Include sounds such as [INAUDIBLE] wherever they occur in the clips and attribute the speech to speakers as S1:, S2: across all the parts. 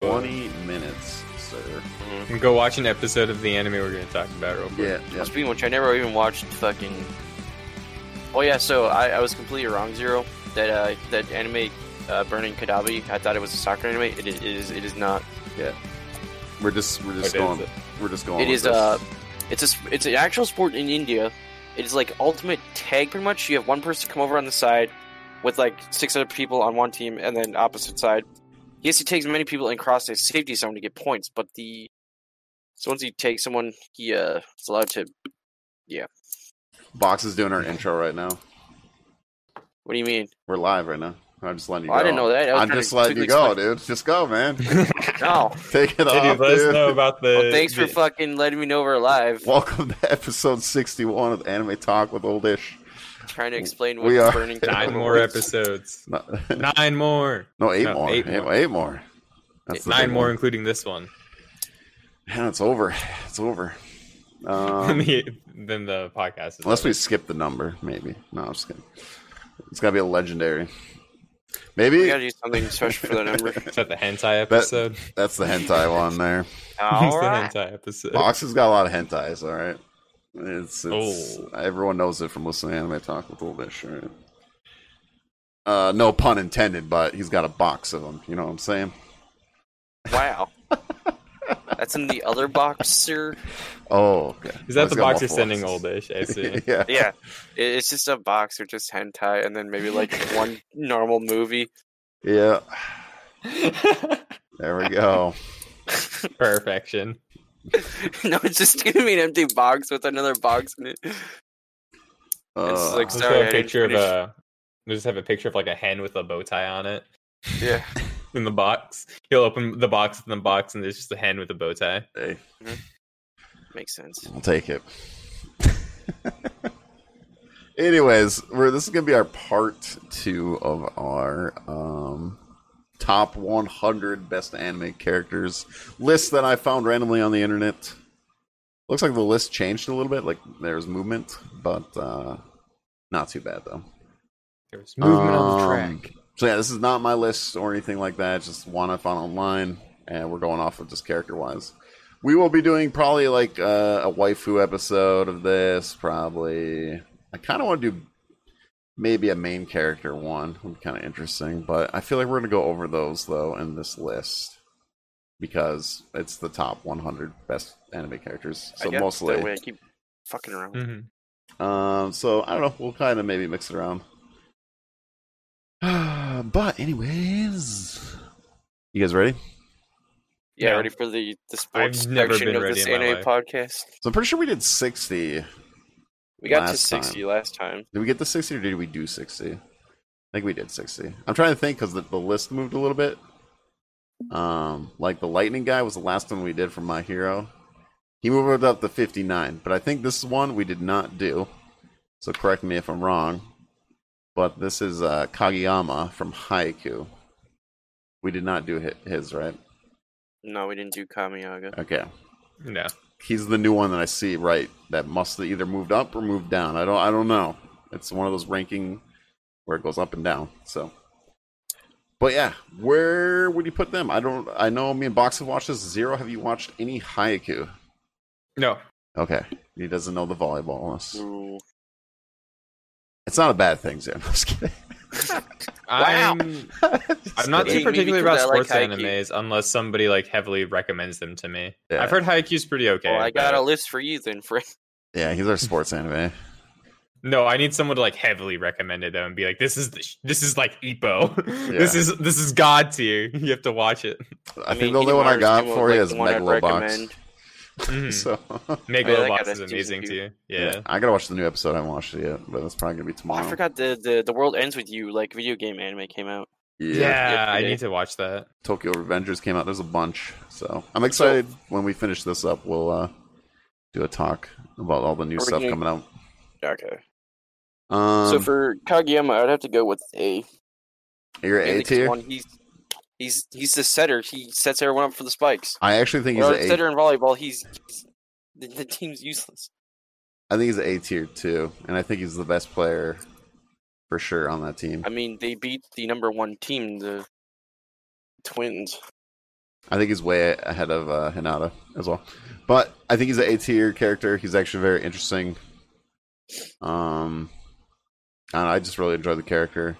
S1: 20 minutes, sir.
S2: And go watch an episode of the anime we're going to talk about real quick.
S1: Yeah, yeah.
S3: Speaking of which, I never even watched fucking. Oh yeah, so I, I was completely wrong, Zero. That uh, that anime, uh, Burning Kadabi. I thought it was a soccer anime. It is. It is, it is not.
S1: We're just we're just
S2: What is
S1: going
S2: it?
S1: we're just going.
S3: It
S1: with
S3: is
S1: this.
S3: uh, it's a s- it's an actual sport in India. It is like ultimate tag, pretty much. You have one person come over on the side with like six other people on one team, and then opposite side. He has to take as many people and cross a safety zone to get points. But the so once he takes someone, he uh is allowed to.
S1: Box is doing our intro right now.
S3: What do you mean?
S1: We're live right now. I'm just letting you go.
S3: Well, Oh, I didn't know that. I was
S1: I'm
S3: trying
S1: just
S3: to
S1: letting you
S3: quickly
S1: go, dude. Just go,
S2: [LAUGHS]
S1: man.
S3: explain- No.
S1: Take it
S2: Hey,
S1: off,
S2: dude, let us
S1: dude.
S2: know about the.
S3: [LAUGHS] Well, thanks for
S2: the-
S3: fucking letting me know we're live.
S1: Welcome to episode 61 of Anime Talk with Old Ish.
S3: trying to explain what
S1: We are-
S3: burning
S2: nine more episodes.
S1: No, [LAUGHS]
S2: Nine more.
S1: no, eight
S2: No,
S1: more.
S2: eight
S1: Eight,
S2: more.
S1: eight more. That's the
S2: Nine
S1: big
S2: more,
S1: one.
S2: including this one. [LAUGHS]
S1: Man, it's over. It's over. Um,
S2: then the podcast. Is
S1: unless
S2: over.
S1: we skip the number, maybe. No, I'm just kidding. It's got to be a legendary. Maybe
S3: We gotta do something special for that number.
S2: [LAUGHS] Is that the hentai episode? [LAUGHS]
S1: that's the hentai one there.
S2: It's
S3: All
S2: the
S3: right.
S2: hentai episode.
S1: Box has got a lot of hentais, all right? It's, it's
S2: Oh.
S1: everyone knows it from listening to anime talk with Old Ish, all right? Uh, no pun intended, but he's got a box of them. You know what I'm saying?
S3: Wow. That's in the other box, sir.
S1: Oh, okay.
S2: Is that
S1: He's
S2: the
S1: got
S2: box you're
S1: multiple
S2: sending
S1: boxes. [LAUGHS]
S2: oldish? I see. [LAUGHS]
S1: yeah.
S3: Yeah, it- it's just a box or just hentai, and then maybe like one normal movie. [LAUGHS]
S1: Yeah. There we go.
S2: Perfection.
S3: no, it's just gonna be an empty box with another box in it.
S1: Uh,
S3: like-
S2: Let's
S3: Sorry, I
S2: have a
S3: didn't
S2: picture of
S3: finish.
S2: a. We just have a picture of like a hen with a bow tie on it
S3: Yeah,
S2: in the box. He'll open the box and the box, and there's just a hen with a bow tie.
S1: hey,
S3: makes sense.
S1: I'll take it. Anyways, we're this is gonna be our part two of our um, top 100 best anime characters list that I found randomly on the internet. Looks like the list changed a little bit, like there's movement, but uh, not too bad though.
S2: There's movement on the
S1: Um,
S2: track.
S1: So yeah, this is not my list or anything like that. It's just one I found online, and we're going off of just character wise. We will be doing probably like uh, a waifu episode of this. Probably, I kind of want to do maybe a main character one. Would be kind of interesting, but I feel like we're gonna go over those though in this list because it's the top 100 best anime characters. So
S3: I guess
S1: mostly,
S3: that way I keep fucking around.
S2: Mhm.
S1: um, so I don't know. We'll kind of maybe mix it around. [SIGHS] but anyways, you guys ready?
S3: Yeah,
S2: Yeah.
S3: ready for the the sports
S2: never
S3: section
S2: been
S3: of
S2: ready
S3: this
S2: in my
S3: anime
S2: life.
S3: podcast.
S1: So I'm pretty sure we did 60.
S3: We got to
S1: Last time.
S3: sixty last time.
S1: Did we get the 60 or did we do 60? I think we did 60. I'm trying to think because the, the list moved a little bit. Um, like the lightning guy was the last one we did from My Hero. He moved up to 59, but I think this one we did not do. So correct me if I'm wrong. But this is uh, Kageyama from Haiku. We did not do hi- his, right?
S3: No, we didn't do Kamiyaga.
S1: Okay.
S2: Mm-hmm. No.
S1: he's the new one that I see right that must have either moved up or moved down. I don't I don't know. It's one of those ranking where it goes up and down. So but yeah, where would you put them? I don't I know me and Box have watched this. Zero, have you watched any Hayaku?
S2: No.
S1: Okay. He doesn't know the volleyball list.
S3: Ooh.
S1: It's not a bad thing, Zero. [LAUGHS] I'm just kidding.
S2: I'm I'm not
S3: kidding. Maybe
S2: too particular
S3: because
S2: about
S3: I like
S2: sports
S3: Haikyuu.
S2: animes unless somebody like heavily recommends them to me.
S1: Yeah.
S2: I've heard Haikyuu's pretty okay.
S3: Well, Oh, I got
S2: but-
S3: a list for you then, friend. [LAUGHS]
S1: Yeah, he's our sports anime.
S2: No, I need someone to like heavily recommend it though, and be like, "This is the sh- this is like Ipo. [LAUGHS] this
S1: Yeah.
S2: is this is God tier. [LAUGHS] You have to watch it."
S1: I, think
S3: mean,
S1: the only one I
S3: Inuyasha
S1: got
S3: was,
S1: for you
S3: like,
S1: is
S3: the one I'd
S1: Megalobox.
S3: recommend.
S1: [LAUGHS] [LAUGHS]
S2: Mhm.
S1: So
S3: I
S2: Megalobox
S3: got a
S2: is amazing
S3: season
S2: too. Yeah.
S1: I gotta watch the new episode. I haven't watched it yet, but that's probably gonna be tomorrow.
S3: I forgot the, the the world ends with you like video game anime came out.
S2: yeah, I
S3: Yesterday.
S2: need to watch that.
S1: Tokyo Revengers came out. There's a bunch, so I'm excited. when we finish this up, we'll uh, do a talk about all the new
S3: Are we
S1: stuff
S3: gonna-
S1: coming out.
S3: Okay.
S1: Um,
S3: so for Kageyama, I'd have to go with A.
S1: your
S3: Mainly
S1: A
S3: 'cause
S1: tier,
S3: one, He's he's he's the setter. He sets everyone up for the spikes.
S1: I actually think he's
S3: Well,
S1: a.
S3: setter in volleyball, he's, he's- the, the team's useless.
S1: I think he's A tier too, and I think he's the best player for sure on that team.
S3: I mean, they beat the number one team, the Twins.
S1: I think he's way ahead of uh, Hinata as well. But I think he's an A tier character. He's actually very interesting. Um, I, don't know, I just really enjoy the character.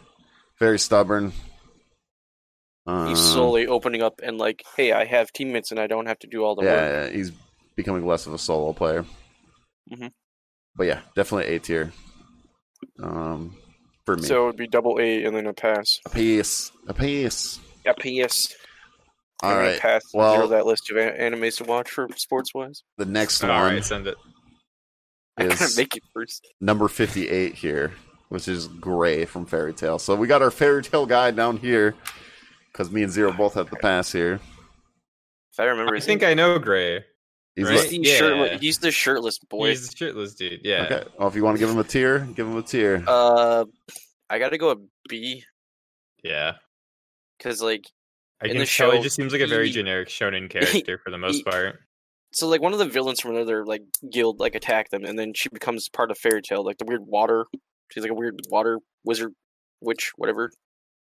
S1: Very stubborn. Um,
S3: He's slowly opening up and like, hey, I have teammates and I don't have to do all the work.
S1: yeah, yeah, he's becoming less of a solo player.
S3: Mhm.
S1: But yeah, definitely A tier. Um, for me,
S3: So it would be double A and then a pass.
S1: a piece, a piece.
S3: A PS.
S1: All
S3: and then
S1: right.
S3: a pass.
S1: well-
S3: Zero that list of a- animes to watch for sports wise. [LAUGHS]
S1: The next
S2: All
S1: one
S2: right, send it.
S3: I [LAUGHS] gotta
S1: is
S3: make it first.
S1: number 58 here, which is Gray from Fairy Tale. So we got our Fairy Tale guy down here because me and Zero both have the pass here.
S3: If I remember,
S2: I
S3: his
S2: think
S3: name.
S2: I know Gray.
S1: He's
S2: Right?
S3: he's,
S1: like,
S3: the
S2: Yeah.
S3: shirtle- he's the shirtless boy.
S2: He's the shirtless dude. Yeah.
S1: okay. Well, if you want to give him a tier, give him a tier.
S3: Uh, I gotta go a B
S2: Yeah.
S3: because like
S2: I
S3: In
S2: can
S3: the
S2: tell
S3: show,
S2: he just seems like a
S3: [LAUGHS]
S2: very
S3: he-
S2: generic shonen character for the most
S3: he-
S2: part.
S3: so like one of the villains from another like guild like attack them and then she becomes part of fairy tale like the weird water she's like a weird water wizard witch whatever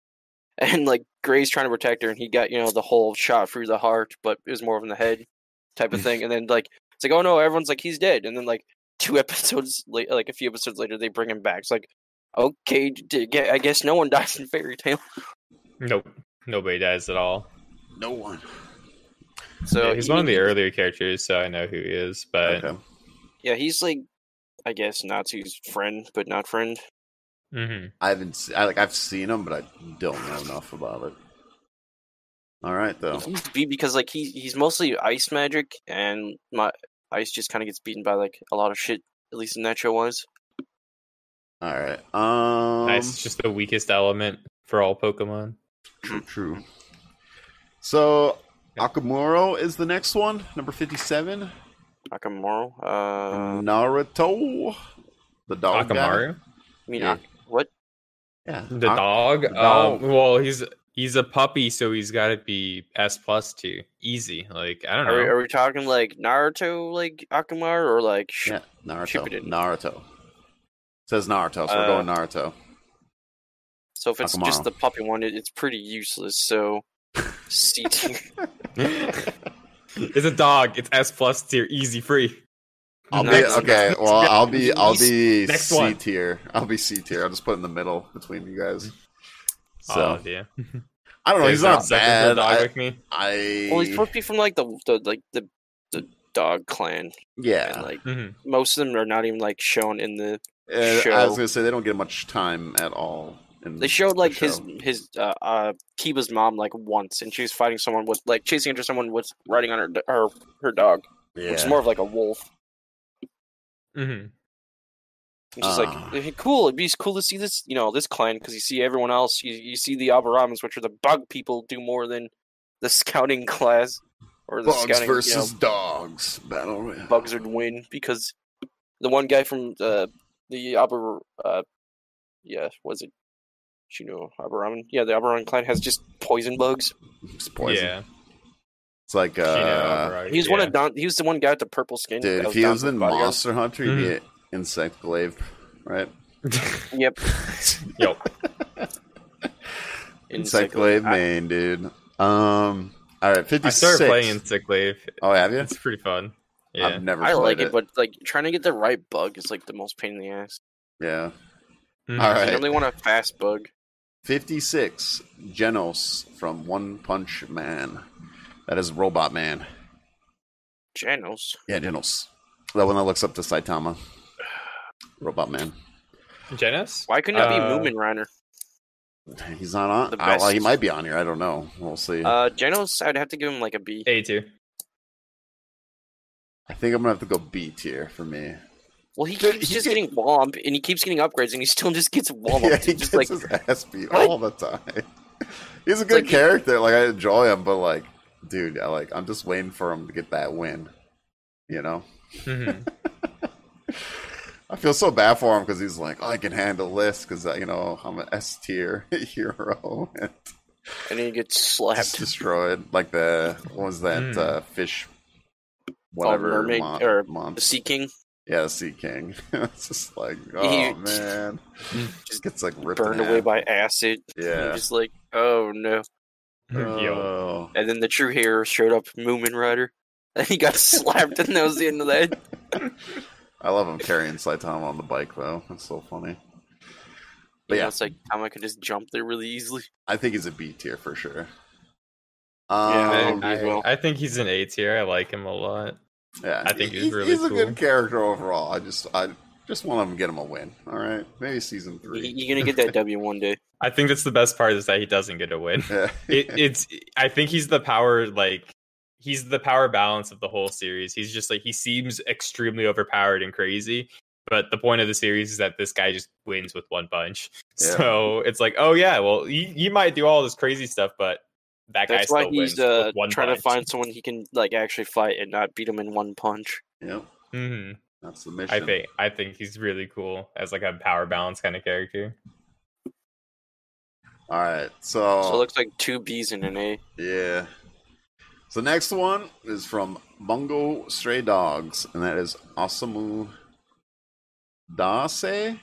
S3: [LAUGHS] and like gray's trying to protect her and he got you know the whole shot through the heart but it was more from the head type of
S2: [LAUGHS]
S3: thing and then like it's like oh no everyone's like he's dead and then like [LAUGHS] two episodes later like a few episodes later they bring him back it's like okay d- d- gue- i guess no one [LAUGHS] dies in fairy tale
S2: Nope. Nobody dies at all.
S1: No one.
S3: so
S2: yeah, he's
S3: he-
S2: one of the earlier characters, so I know who he is. But
S1: Okay.
S3: yeah he's like i guess nazi's friend but not friend
S2: Mhm.
S1: I haven't. se- I, like I've seen him, but I don't know enough about it. All right, though.
S3: He's beat because like he he's mostly ice magic, and my ice just kind of gets beaten by like a lot of shit. At least in that show was.
S1: All right. Um.
S2: Ice is just the weakest element for all Pokemon.
S1: True. True. So Akamuro is the next one, number fifty-seven.
S3: Nakamura. Uh,
S1: Mm, Naruto, the dog guy.
S2: Akamaru?
S3: I mean,
S1: Yeah.
S3: Ak- what?
S1: Yeah.
S2: The
S1: Ak-
S2: dog?
S1: the dog.
S2: Oh, well, he's he's a puppy, so he's got to be S plus two. Easy. Like I don't
S3: Are we,
S2: know.
S3: are we talking like Naruto, like Akamaru, or like? Sh-
S1: Yeah, Naruto.
S3: Shippuden.
S1: Naruto. says Naruto, so
S3: Uh,
S1: we're going Naruto.
S3: So if it's
S1: Akamaru.
S3: just the puppy one, it, it's pretty useless. So,
S1: [LAUGHS]
S3: C tier.
S2: [LAUGHS] it's a dog. It's S plus tier. Easy free.
S1: I'll be,
S2: Next- [LAUGHS]
S1: okay, well, I'll be, I'll be
S2: Next
S1: C
S2: one.
S1: tier. I'll be C tier. I'll just put it in the middle between you guys.
S2: Oh,
S1: So [LAUGHS]
S2: yeah.
S1: I don't know.
S2: Okay,
S1: He's
S2: so
S1: not
S2: second for
S1: bad.
S2: the Dog
S1: I,
S2: with me.
S1: I
S3: [LAUGHS] well, he's supposed to be from like the the like the the dog clan, and
S1: yeah.
S3: like
S2: Mhm.
S3: most of them are not even like shown in the.
S1: Uh, I
S3: show.
S1: was gonna say they don't get much time at all. In
S3: They showed
S1: the
S3: like his
S1: show.
S3: his uh, uh Kiba's mom like once, and she was fighting someone with like chasing after someone with riding on her d- her her dog, which is
S1: Yeah.
S3: more of like a wolf. And
S2: Mhm.
S3: she's
S1: Ah.
S3: like, "Hey, cool. It'd be cool to see this, you know, this clan because you see everyone else. You you see the Abaramans, which are the bug people, do more than the [LAUGHS] scouting class or the
S1: bugs
S3: scouting you know,
S1: versus [LAUGHS] dogs battle. royale.
S3: bugs would win because the one guy from uh, the Aber uh, yeah, was it? Shino Abaraman? Yeah, the Abaraman clan has just poison bugs.
S1: It's poison.
S2: Yeah.
S1: It's like uh,
S2: Shino,
S3: He was one of Don. He was the one guy with the purple skin.
S1: dude.
S3: that
S1: If he was
S3: Dante's
S1: in
S3: bodyguard.
S1: Monster Hunter, he'd be an
S2: Mm-hmm.
S1: insect glaive, right?
S2: yeah.
S3: Yep.
S2: [LAUGHS] Yo,
S1: Insect Glaive main, dude. Um, all right, fifty
S2: I
S1: six.
S2: started playing in Sick Leave.
S1: Oh, have you?
S2: It's pretty fun. Yeah.
S1: I've never.
S3: I
S1: played
S3: like it, but like trying to get the right bug is like the most pain in the ass.
S1: yeah.
S2: Mhm.
S1: All
S3: I
S1: right,
S3: only want a fast bug.
S1: fifty six. Genos from One Punch Man. That is Robot Man.
S3: Janos.
S1: Yeah, Genos. That one that looks up to Saitama. Robot Man.
S2: Genos?
S3: Why couldn't it be
S2: Uh,
S3: Moomin Reiner?
S1: He's not on.
S3: The
S1: I, well,
S3: best.
S1: he might be on here. I don't know. We'll see.
S3: Uh, Janos, I'd have to give him like a B.
S2: A tier.
S1: I think I'm gonna have to go B tier for me.
S3: Well, he
S1: Dude,
S3: keeps
S1: he
S3: just
S1: get-
S3: getting womp, and he keeps getting upgrades, and he still just gets
S1: [LAUGHS]
S3: womp.
S1: yeah, he
S3: just
S1: gets
S3: like
S1: his ass beat
S3: What?
S1: all the time. [LAUGHS] He's a good
S3: like-
S1: character. Like I enjoy him, but like, dude, I like I'm just waiting for him to get that win. You know,
S2: Mhm.
S1: I feel so bad for him because he's like, "Oh, I can handle this because you know I'm an S tier [LAUGHS] hero. and
S3: and then he gets
S1: just
S3: slapped.
S1: destroyed. Like the what was that
S2: Mm.
S1: uh, fish, whatever
S3: Hmm. mermaid-
S1: mon-
S3: or
S1: month?
S3: The Sea King
S1: yeah, the Sea King. [LAUGHS] it's just like, oh
S3: [LAUGHS]
S1: man, just gets like ripped in
S3: burned away
S1: half.
S3: by acid. and
S1: yeah.
S3: You're just like, oh no.
S2: Yo.
S1: Oh.
S3: And then the true hero showed up, Moomin Rider. [LAUGHS] And he got slapped, and that was the end of that.
S1: I love him carrying Saitama on the bike though. That's so funny. But
S3: But yeah,
S1: yeah.
S3: it's like Tama can just jump there really [LAUGHS] easily.
S1: I think he's a B tier for sure.
S3: I
S1: Um,
S3: agree as well.
S2: I think he's an A tier. I like him a lot.
S1: yeah,
S2: I think
S1: he-
S2: he's really
S1: he's a
S2: cool.
S1: good character overall. I just I just want him to get him a win. All right, maybe season
S3: You-
S1: three.
S3: You're gonna get that W one day.
S2: I think that's the best part is that he doesn't get a win.
S1: Yeah.
S2: It, it's I think he's the power like he's the power balance of the whole series. He's just like he seems extremely overpowered and crazy. But the point of the series is that this guy just wins with one punch.
S1: Yeah.
S2: So it's like, oh yeah, well you, you might do all this crazy stuff, but that
S3: That's
S2: guy
S3: why
S2: still
S3: he's
S2: wins
S3: uh,
S2: with one
S3: trying
S2: punch.
S3: to find someone he can like actually fight and not beat him in one punch.
S1: [LAUGHS] yep,
S2: Mhm.
S1: that's the mission.
S2: I think I think he's really cool as like a power balance kind of character.
S3: Oh.
S1: All right, so,
S3: So it looks like two B's and an A.
S1: yeah. So next one is from Mungo Stray Dogs, and that is Osamu Dase.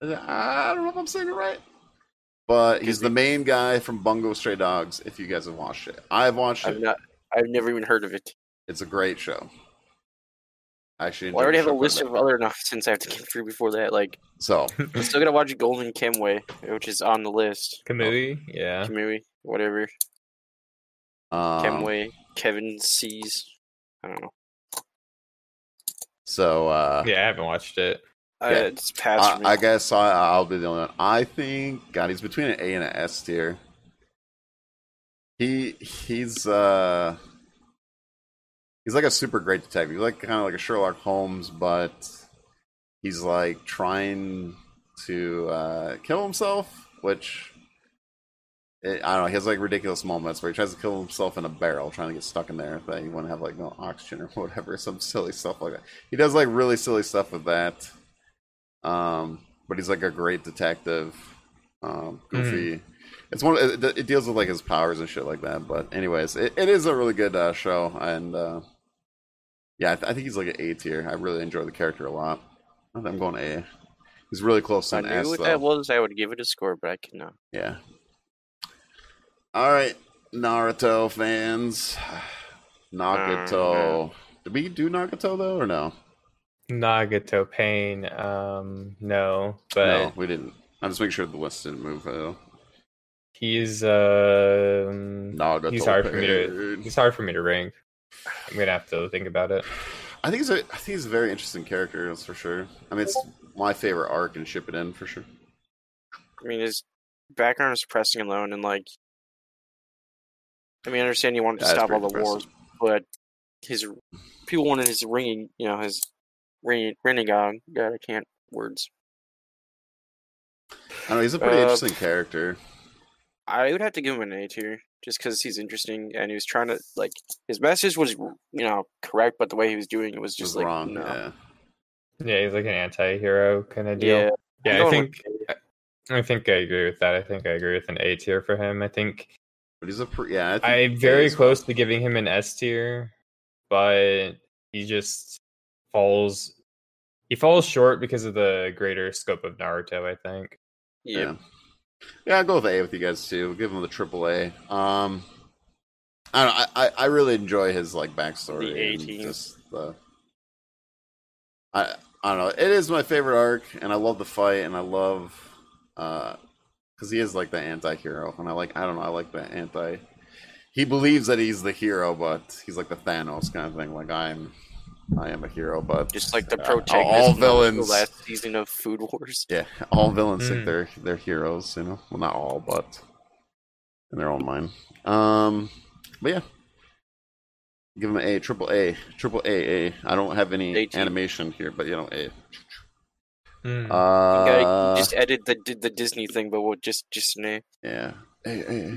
S1: I don't know if I'm saying it right, but he's the main guy from Bungo Stray Dogs. If you guys have watched it, I've watched
S3: I've
S1: it.
S3: not. I've never even heard of it.
S1: It's a great show. I Actually,
S3: Well, I already
S1: enjoyed the show
S3: have a
S1: quite
S3: list
S1: bit.
S3: of other nonsense I have to get through before that. Like, [LAUGHS]
S1: So
S3: I'm still gonna watch Golden Kamui, which is on the list.
S2: Kamui, yeah.
S3: Kamui, whatever.
S1: um,
S3: Kamui, Kevin sees. I don't know.
S1: So uh,
S2: Yeah, I haven't watched it.
S3: Uh,
S1: Yeah.
S3: It's past for me.
S1: I, I guess I, I'll be the only one. I think God, he's between an A and an S tier. He he's uh he's like a super great detective. He's like kind of like a Sherlock Holmes, but he's like trying to uh, kill himself, which it, I don't know. He has like ridiculous moments where he tries to kill himself in a barrel, trying to get stuck in there. That he wouldn't have like no oxygen or [LAUGHS] whatever, some silly stuff like that. He does like really silly stuff with that. Um, but he's like a great detective, um,
S3: Mm.
S1: goofy. It's one. It, it deals with like his powers and shit like that. But anyways, it, it is a really good uh, show, and uh, yeah, I, th- I think he's like an A tier. I really enjoy the character a lot. I think I'm going A. He's really close to
S3: I
S1: an
S3: knew
S1: S
S3: what
S1: though.
S3: that was. I would give it a score, but I cannot.
S1: Yeah. All right, Naruto fans. [SIGHS] Nagato. Did we do Nagato though, or no?
S2: Nagato Pain, um, no, but
S1: No, we didn't. I'm just making sure the list didn't move though.
S2: he's um,
S1: Nagato.
S2: he's hard for me to
S1: pain.
S2: he's hard for me to rank. I'm gonna have to think about it.
S1: I think he's a. I think he's a very interesting character. That's for sure. I mean, it's my favorite arc and ship it in for sure.
S3: I mean, his background is depressing alone, and like, I mean, I understand you wanted to
S1: Yeah, it's
S3: stop all
S1: pretty
S3: the wars, but his people wanted his ringing, you know, his ring, renegade. God, I can't words.
S1: I don't know he's a pretty
S3: Uh,
S1: interesting character.
S3: I would have to give him an A tier just because he's interesting and he was trying to like his message was you know correct, but the way he was doing it was just
S1: Just
S3: like
S1: wrong.
S3: no.
S1: Yeah.
S2: Yeah, he's like an anti-hero kind of deal.
S3: Yeah,
S2: Yeah,
S3: I'm
S2: I
S3: going
S2: think I think I agree with that. I think I agree with an A tier for him. I think
S1: But he's a. Pre- yeah. I think
S2: I'm very
S1: he's-
S2: close to giving him an S tier, but he just falls. He falls short because of the greater scope of Naruto. I think.
S3: yeah.
S1: Yeah, I'll go with A with you guys too. We'll give him the triple A. Um, I don't know. I, I, I really enjoy his like backstory.
S3: The
S1: and
S3: 18.
S1: just the- I I don't know. It is my favorite arc, and I love the fight, and I love uh, because he is like the anti-hero, and I like I don't know. I like the anti. He believes that he's the hero, but he's like the Thanos kind of thing. Like I'm, I am a hero, but
S3: Just like the
S1: uh, all-
S3: protagonist
S1: all
S3: in the-
S1: villains.
S3: the last season of Food Wars. [LAUGHS]
S1: Yeah, all villains
S2: Mm.
S1: think they're they're heroes, you know. Well, not all, but in their own mind. Um, but yeah, give them A, triple A, triple A, A. I don't have any
S3: AT.
S1: animation here, but you know, A.
S2: Mm.
S1: Hmm.
S3: Okay,
S1: Uh,
S3: just edit the the Disney thing, but we'll just just an A.
S1: yeah, A, A,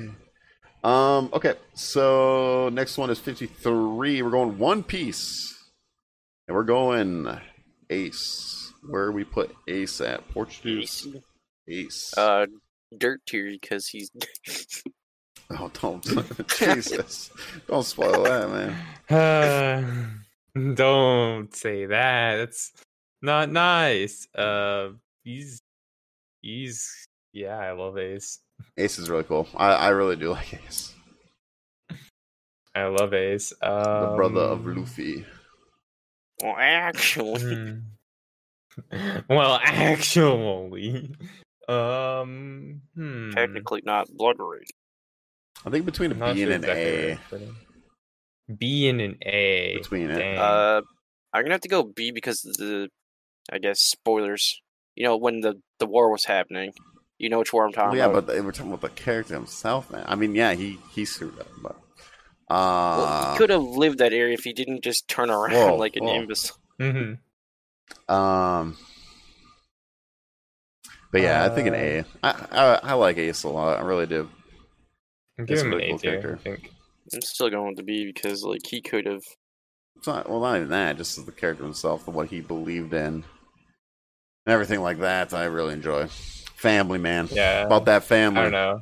S1: A. Um, okay, so next one is fifty three. We're going One Piece, and we're going Ace. Where we put Ace at Portuguese Ace.
S3: Uh, dirt tier because he's [LAUGHS]
S1: Oh, don't. [LAUGHS] Jesus. Don't spoil that, man.
S2: Uh, [SIGHS] don't say that. That's not nice. Uh, he's he's yeah. I love Ace.
S1: Ace is really cool. I, I really do like Ace.
S2: I love Ace.
S1: the
S2: Um,
S1: brother of Luffy.
S3: Well, actually,
S2: hmm. [LAUGHS] well, [LAUGHS] actually, um, hmm.
S3: technically not blood rage.
S1: I think between a
S2: I'm not
S1: B
S2: sure
S1: and an
S2: exactly where
S1: A.
S2: to put it. B and uh, an A.
S1: Between it.
S2: Dang.
S3: Uh, I'm gonna have to go B because of the, I guess spoilers. You know when the the war was happening, you know which war I'm
S1: Well,
S3: talking
S1: yeah,
S3: about.
S1: but they we're talking about the character himself, man. I mean, yeah, he he screwed up, but uh,
S3: Well, he could have lived that area if he didn't just turn around
S1: Whoa,
S3: [LAUGHS] like an
S1: whoa.
S3: imbecile.
S2: Mhm.
S1: Um, but yeah, I think an A.
S3: Uh,
S1: I, I I like Ace a lot. I really do.
S2: I'm
S1: That's
S2: giving him
S1: a
S2: an
S1: really
S2: A
S1: cool
S2: tier.
S1: character.
S2: I think.
S3: I'm still going with the B because like he could have.
S1: It's not well, not even that. Just as the character himself and what he believed in, and everything like that. I really enjoy. Family man,
S2: Yeah.
S1: about that
S2: I don't
S1: family.
S2: know.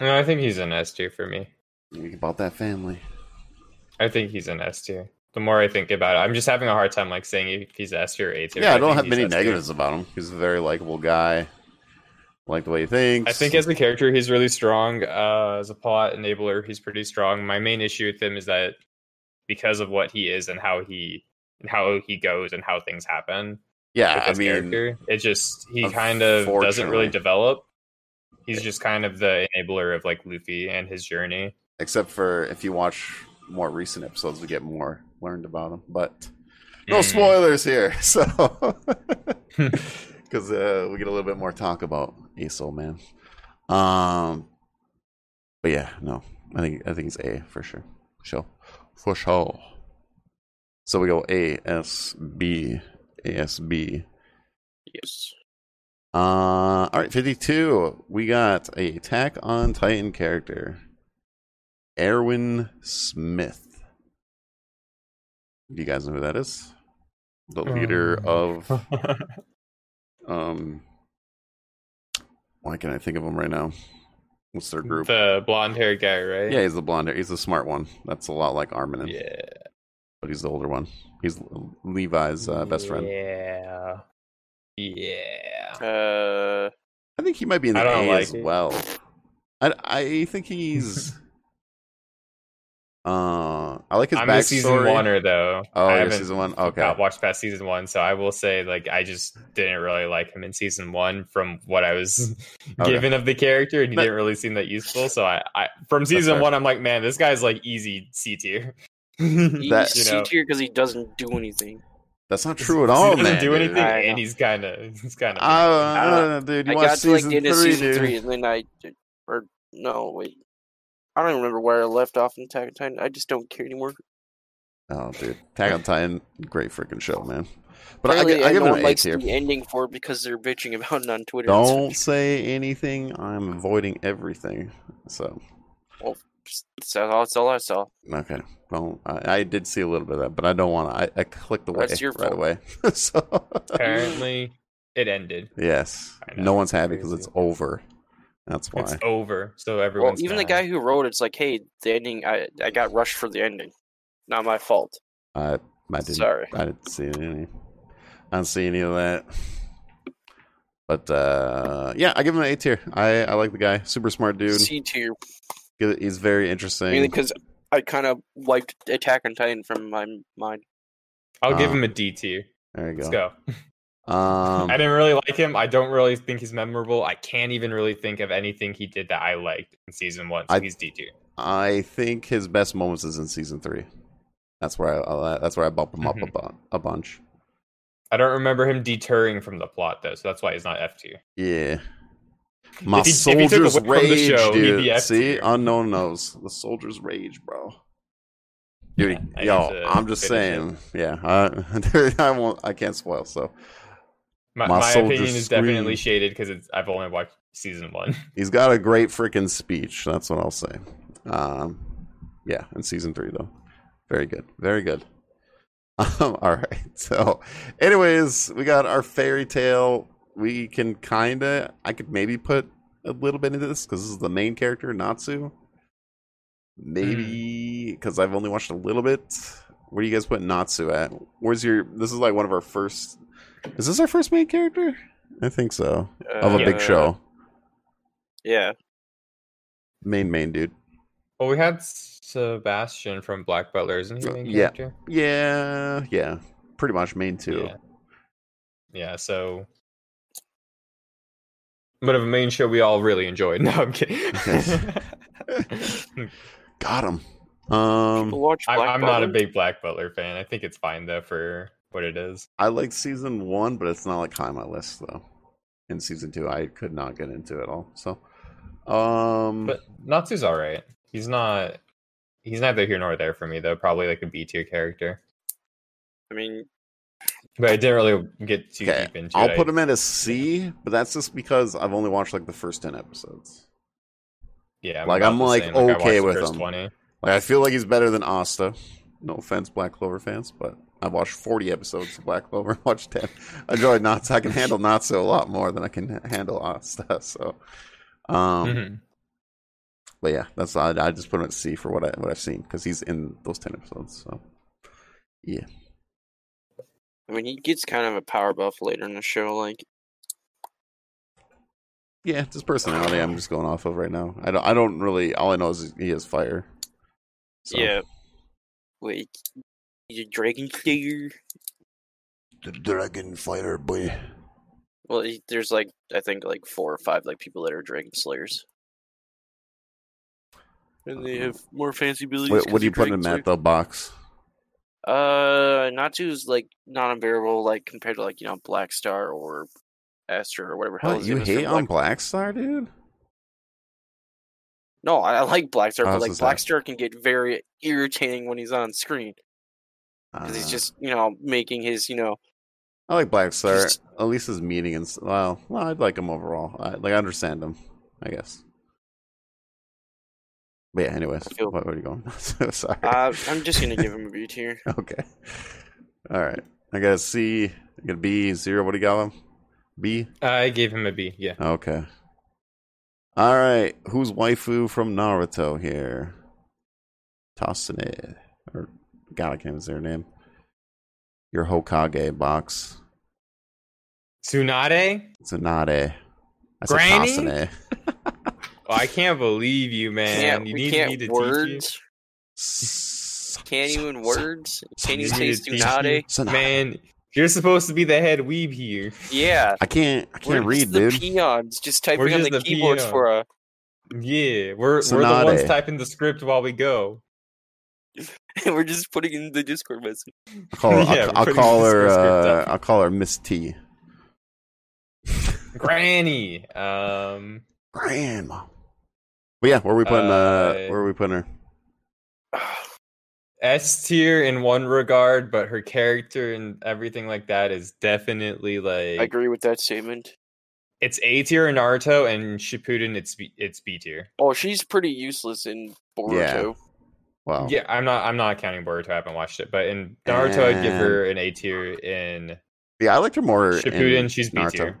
S2: No, I think he's an S tier for me.
S1: About that family.
S2: I think he's an S tier. The more I think about it, I'm just having a hard time like saying if he's S tier or A tier.
S1: Yeah, I
S2: but
S1: don't
S2: think
S1: have
S2: he's
S1: many
S2: S tier.
S1: negatives about him. He's a very likable guy. Like the way he thinks.
S2: I think as a character, he's really strong. Uh, as a plot enabler, he's pretty strong. My main issue with him is that because of what he is and how he and how he goes and how things happen
S1: yeah,
S2: with
S1: I
S2: his
S1: mean,
S2: character, it just he kind of doesn't really
S1: unfortunately.
S2: develop. He's just kind of the enabler of like Luffy and his journey.
S1: except for if you watch more recent episodes, we get more learned about him. But no [LAUGHS]
S2: Mm.
S1: spoilers here, so because uh, we get a little bit more talk about Ace Old Man. Um, but yeah, no, I think I think it's A for sure, for sure, for sure. So we go A S B A S B.
S3: Yes.
S1: Uh, all right, fifty-two. We got a Attack on Titan character, Erwin Smith. Do you guys know who that is? The leader
S2: Um.
S1: of um why can't I think of him right now? What's their group?
S2: the blonde haired guy, right?
S1: yeah, he's the blonde hair. He's the smart one. That's a lot like Armin,
S2: yeah.
S1: but he's the older one. He's Levi's uh, best friend.
S2: Yeah. Yeah.
S3: Uh,
S1: I think he might be in
S2: I
S1: the
S2: don't
S1: A
S2: like
S1: as
S2: it.
S1: well. I I think
S2: [LAUGHS]
S1: he's. uh, I like his
S2: I'm
S1: backstory.
S2: a season oneer though.
S1: Oh,
S2: I
S1: you're
S2: haven't
S1: season one.
S2: got-
S1: Okay,
S2: watched past season one, so I will say like I just didn't really like him in season one from what I was
S1: [LAUGHS]
S2: [LAUGHS]
S1: Okay.
S2: given of the character, and he
S1: That-
S2: didn't really seem that useful. So I, I from season
S1: fair.
S2: one, I'm like, man, this guy's like easy
S1: [LAUGHS]
S2: C tier.
S3: he's
S1: That-
S2: Hmm. you
S3: E, C
S2: know.
S3: tier because he doesn't do anything.
S1: that's not
S2: [LAUGHS]
S1: true at all,
S2: He doesn't
S1: man.
S2: do
S1: dude.
S2: anything,
S3: I know.
S2: and he's kind of he's kind of.
S1: Uh, dude, you
S3: I
S1: watch
S3: got to like
S1: season
S3: the end of
S1: three,
S3: season
S1: dude.
S3: three, and then I, or no, wait, I don't even remember where I left off in Attack on Titan. I just don't care anymore.
S1: Oh, dude, Tag on Titan, great freaking show, man. But I, I,
S3: Apparently,
S1: give it
S3: no
S1: an
S3: one
S1: A
S3: likes
S1: tier.
S3: the ending for it because they're bitching about it on Twitter. It's
S1: Don't say anything. I'm avoiding everything. So
S3: just- That's all, that's all I saw.
S1: okay. Well, I, I did see a little bit of that, but I don't want to. I, I clicked away
S3: That's your
S1: right
S3: fault.
S1: away. [LAUGHS] so [LAUGHS]
S2: Apparently, it ended.
S1: yes,
S2: I know,
S1: no one's happy because
S2: crazy.
S1: it's over. That's why.
S2: It's over, so
S3: Well,
S2: everyone's
S3: even the
S2: mad.
S3: guy who wrote it's like, hey, the ending, I, I got rushed for the ending. Not my fault.
S1: I I didn't.
S3: Sorry.
S1: I didn't see any. I don't see any of that. But uh, yeah, I give him an A tier. I, I like the guy. Super smart dude.
S3: C tier
S1: He's very interesting.
S3: Mainly because I kind of wiped Attack on Titan from my m- mind.
S2: I'll give
S1: Ah.
S2: him a D tier.
S1: there you
S2: Let's
S1: go.
S2: go.
S1: Um,
S2: I didn't really like him. I don't really think he's memorable. I can't even really think of anything he did that I liked in season one. So
S1: I-
S2: he's D tier.
S1: I think his best moments is in season three. That's where I, I that's where I bump him
S2: Mhm.
S1: up a, bu- a bunch.
S2: I don't remember him deterring from the plot though, so that's why he's not F tier.
S1: Yeah, my
S2: If he- if he took
S1: soldiers
S2: away from the
S1: rage,
S2: show, he'd be
S1: dude.
S2: F
S1: See,
S2: tier.
S1: unknown knows the soldiers rage, bro. Dude,
S2: Yeah, I need
S1: yo,
S2: to
S1: I'm just saying.
S2: finish
S1: Yeah, I, [LAUGHS] I won't. I can't spoil. So
S2: My,
S1: My
S2: my,
S1: soldiers
S2: opinion is
S1: scream.
S2: definitely shaded because I've only watched season one.
S1: he's got a great freaking speech. That's what I'll say. Um, yeah, in season three though, very good, very good. Um, [LAUGHS] all right. So, anyways, we got our fairy tale. We can kind of, I could maybe put a little bit into this because this is the main character, Natsu. Maybe because I've only watched a little bit. Where do you guys put Natsu at? Where's your? This is like one of our first. Is this our first main character? I think so. Of a big
S3: Uh,
S1: show,
S3: Yeah.
S1: main main dude.
S2: Well, we had Sebastian from Black Butler, isn't he? the Main
S1: Yeah.
S2: character?
S1: Yeah, yeah, pretty much main two.
S2: Yeah. Yeah, so. But of a main show we all really enjoyed. [LAUGHS] No, I'm kidding.
S1: [LAUGHS] Got him. Um,
S3: People watch
S2: I,
S3: Black
S2: I'm not a
S3: Butler.
S2: big Black Butler fan. I think it's fine though for what it is.
S1: I like season one, but it's not like high on my list though. In season two, I could not get into it all. So, um,
S2: But Natsu's all right. He's not. He's neither here nor there for me though. Probably like a B tier character.
S3: I mean,
S2: But I didn't really get too
S1: Okay,
S2: deep into
S1: I'll
S2: it.
S1: put him at a C, but that's just because I've only watched like the first ten episodes.
S2: yeah,
S1: like,
S2: about
S1: I'm,
S2: the
S1: like,
S2: same. I
S1: okay
S2: watched the
S1: with
S2: first
S1: him.
S2: 20.
S1: Like I feel like he's better than Asta. No offense, Black Clover fans, but I've watched 40 episodes of Black Clover. and Watched 10. I enjoy Natsu. I can handle Natsu a lot more than I can handle Asta. [LAUGHS] So, um,
S2: Mhm.
S1: but yeah, that's I, I just put him at C for what I what I've seen because he's in those 10 episodes. So
S3: I mean, he gets kind of a power buff later in the show. Like,
S1: yeah, just personality. I'm just going off of right now. I don't. I don't really. All I know is he has fire. So,
S3: yeah, like he's a dragon slayer.
S1: the dragon fire boy.
S3: Well, he, there's like I think like four or five like people that are dragon slayers, and they have more fancy abilities.
S1: Um, What,
S3: 'cause
S1: what do
S3: they're
S1: you put him
S3: dragon
S1: at the box?
S3: Uh, Natsu's like not unbearable, like compared to like you know Black Star or Astra or whatever. hell
S1: What,
S3: his
S1: you
S3: name is from
S1: hate
S3: Black-
S1: on Black Star, dude?
S3: No, I, I like Black Star,
S1: I
S3: but
S1: was
S3: like
S1: gonna
S3: Black
S1: say.
S3: Star can get very irritating when he's on screen because
S1: Uh,
S3: he's just you know making his
S1: [LAUGHS]
S3: you know
S1: I like Black Star.
S3: Just-
S1: At least his meeting and s- well, well, I'd like him overall. I, like I understand him, I guess. But yeah, anyways,
S3: feel-
S1: what were you going? [LAUGHS] so sorry.
S3: uh, I'm just gonna give him a B tier.
S1: okay. All right. I got a C. I got a B zero. What do you got? Him? B.
S2: I gave him a B. Yeah.
S1: Okay. All right. Who's waifu from Naruto here? Tasune or God, I can't even say her name. Your Hokage box.
S2: Tsunade.
S1: Tsunade. I said
S2: Granny?
S1: Tasune.
S2: Oh, I can't believe you, man.
S3: can't,
S2: you
S3: we
S2: need
S3: can't
S2: me to teach
S3: words. [LAUGHS] Can't
S1: Can't
S3: you in words? Can you
S2: you.
S3: say
S2: You need to
S3: Tsunade?
S2: teach me. Man, you're supposed to be the head weeb here.
S3: Yeah.
S1: I can't. I can't
S3: we're
S1: read,
S3: just the
S1: dude.
S3: peons just typing on
S2: just
S3: the,
S2: the
S3: keyboards for a.
S2: Yeah, we're we're the ones
S1: Tsunade.
S2: typing the script while we go.
S3: [LAUGHS] we're just putting in the Discord
S1: [SIGHS]
S3: message.
S1: I'll call, I'll-
S2: [LAUGHS] Yeah, we're
S1: I'll,
S2: putting
S1: call
S2: this
S1: her.
S2: script
S1: Uh,
S2: up.
S1: I'll call her Miss T.
S2: Granny. Um,
S1: Grandma. But yeah, where are we putting? Uh,
S2: Uh,
S1: where are we putting her?
S2: S tier in one regard, but her character and everything like that is definitely like
S3: I agree with that statement.
S2: it's A tier in Naruto and Shippuden. It's B, it's B tier.
S3: Oh, she's pretty useless in Boruto.
S1: Wow.
S2: Yeah, I'm not I'm not counting Boruto. I haven't watched it, but in Naruto, I'd give her an A tier. In
S1: Yeah, I liked her more. in
S2: Shippuden, she's B
S1: Naruto.
S2: tier.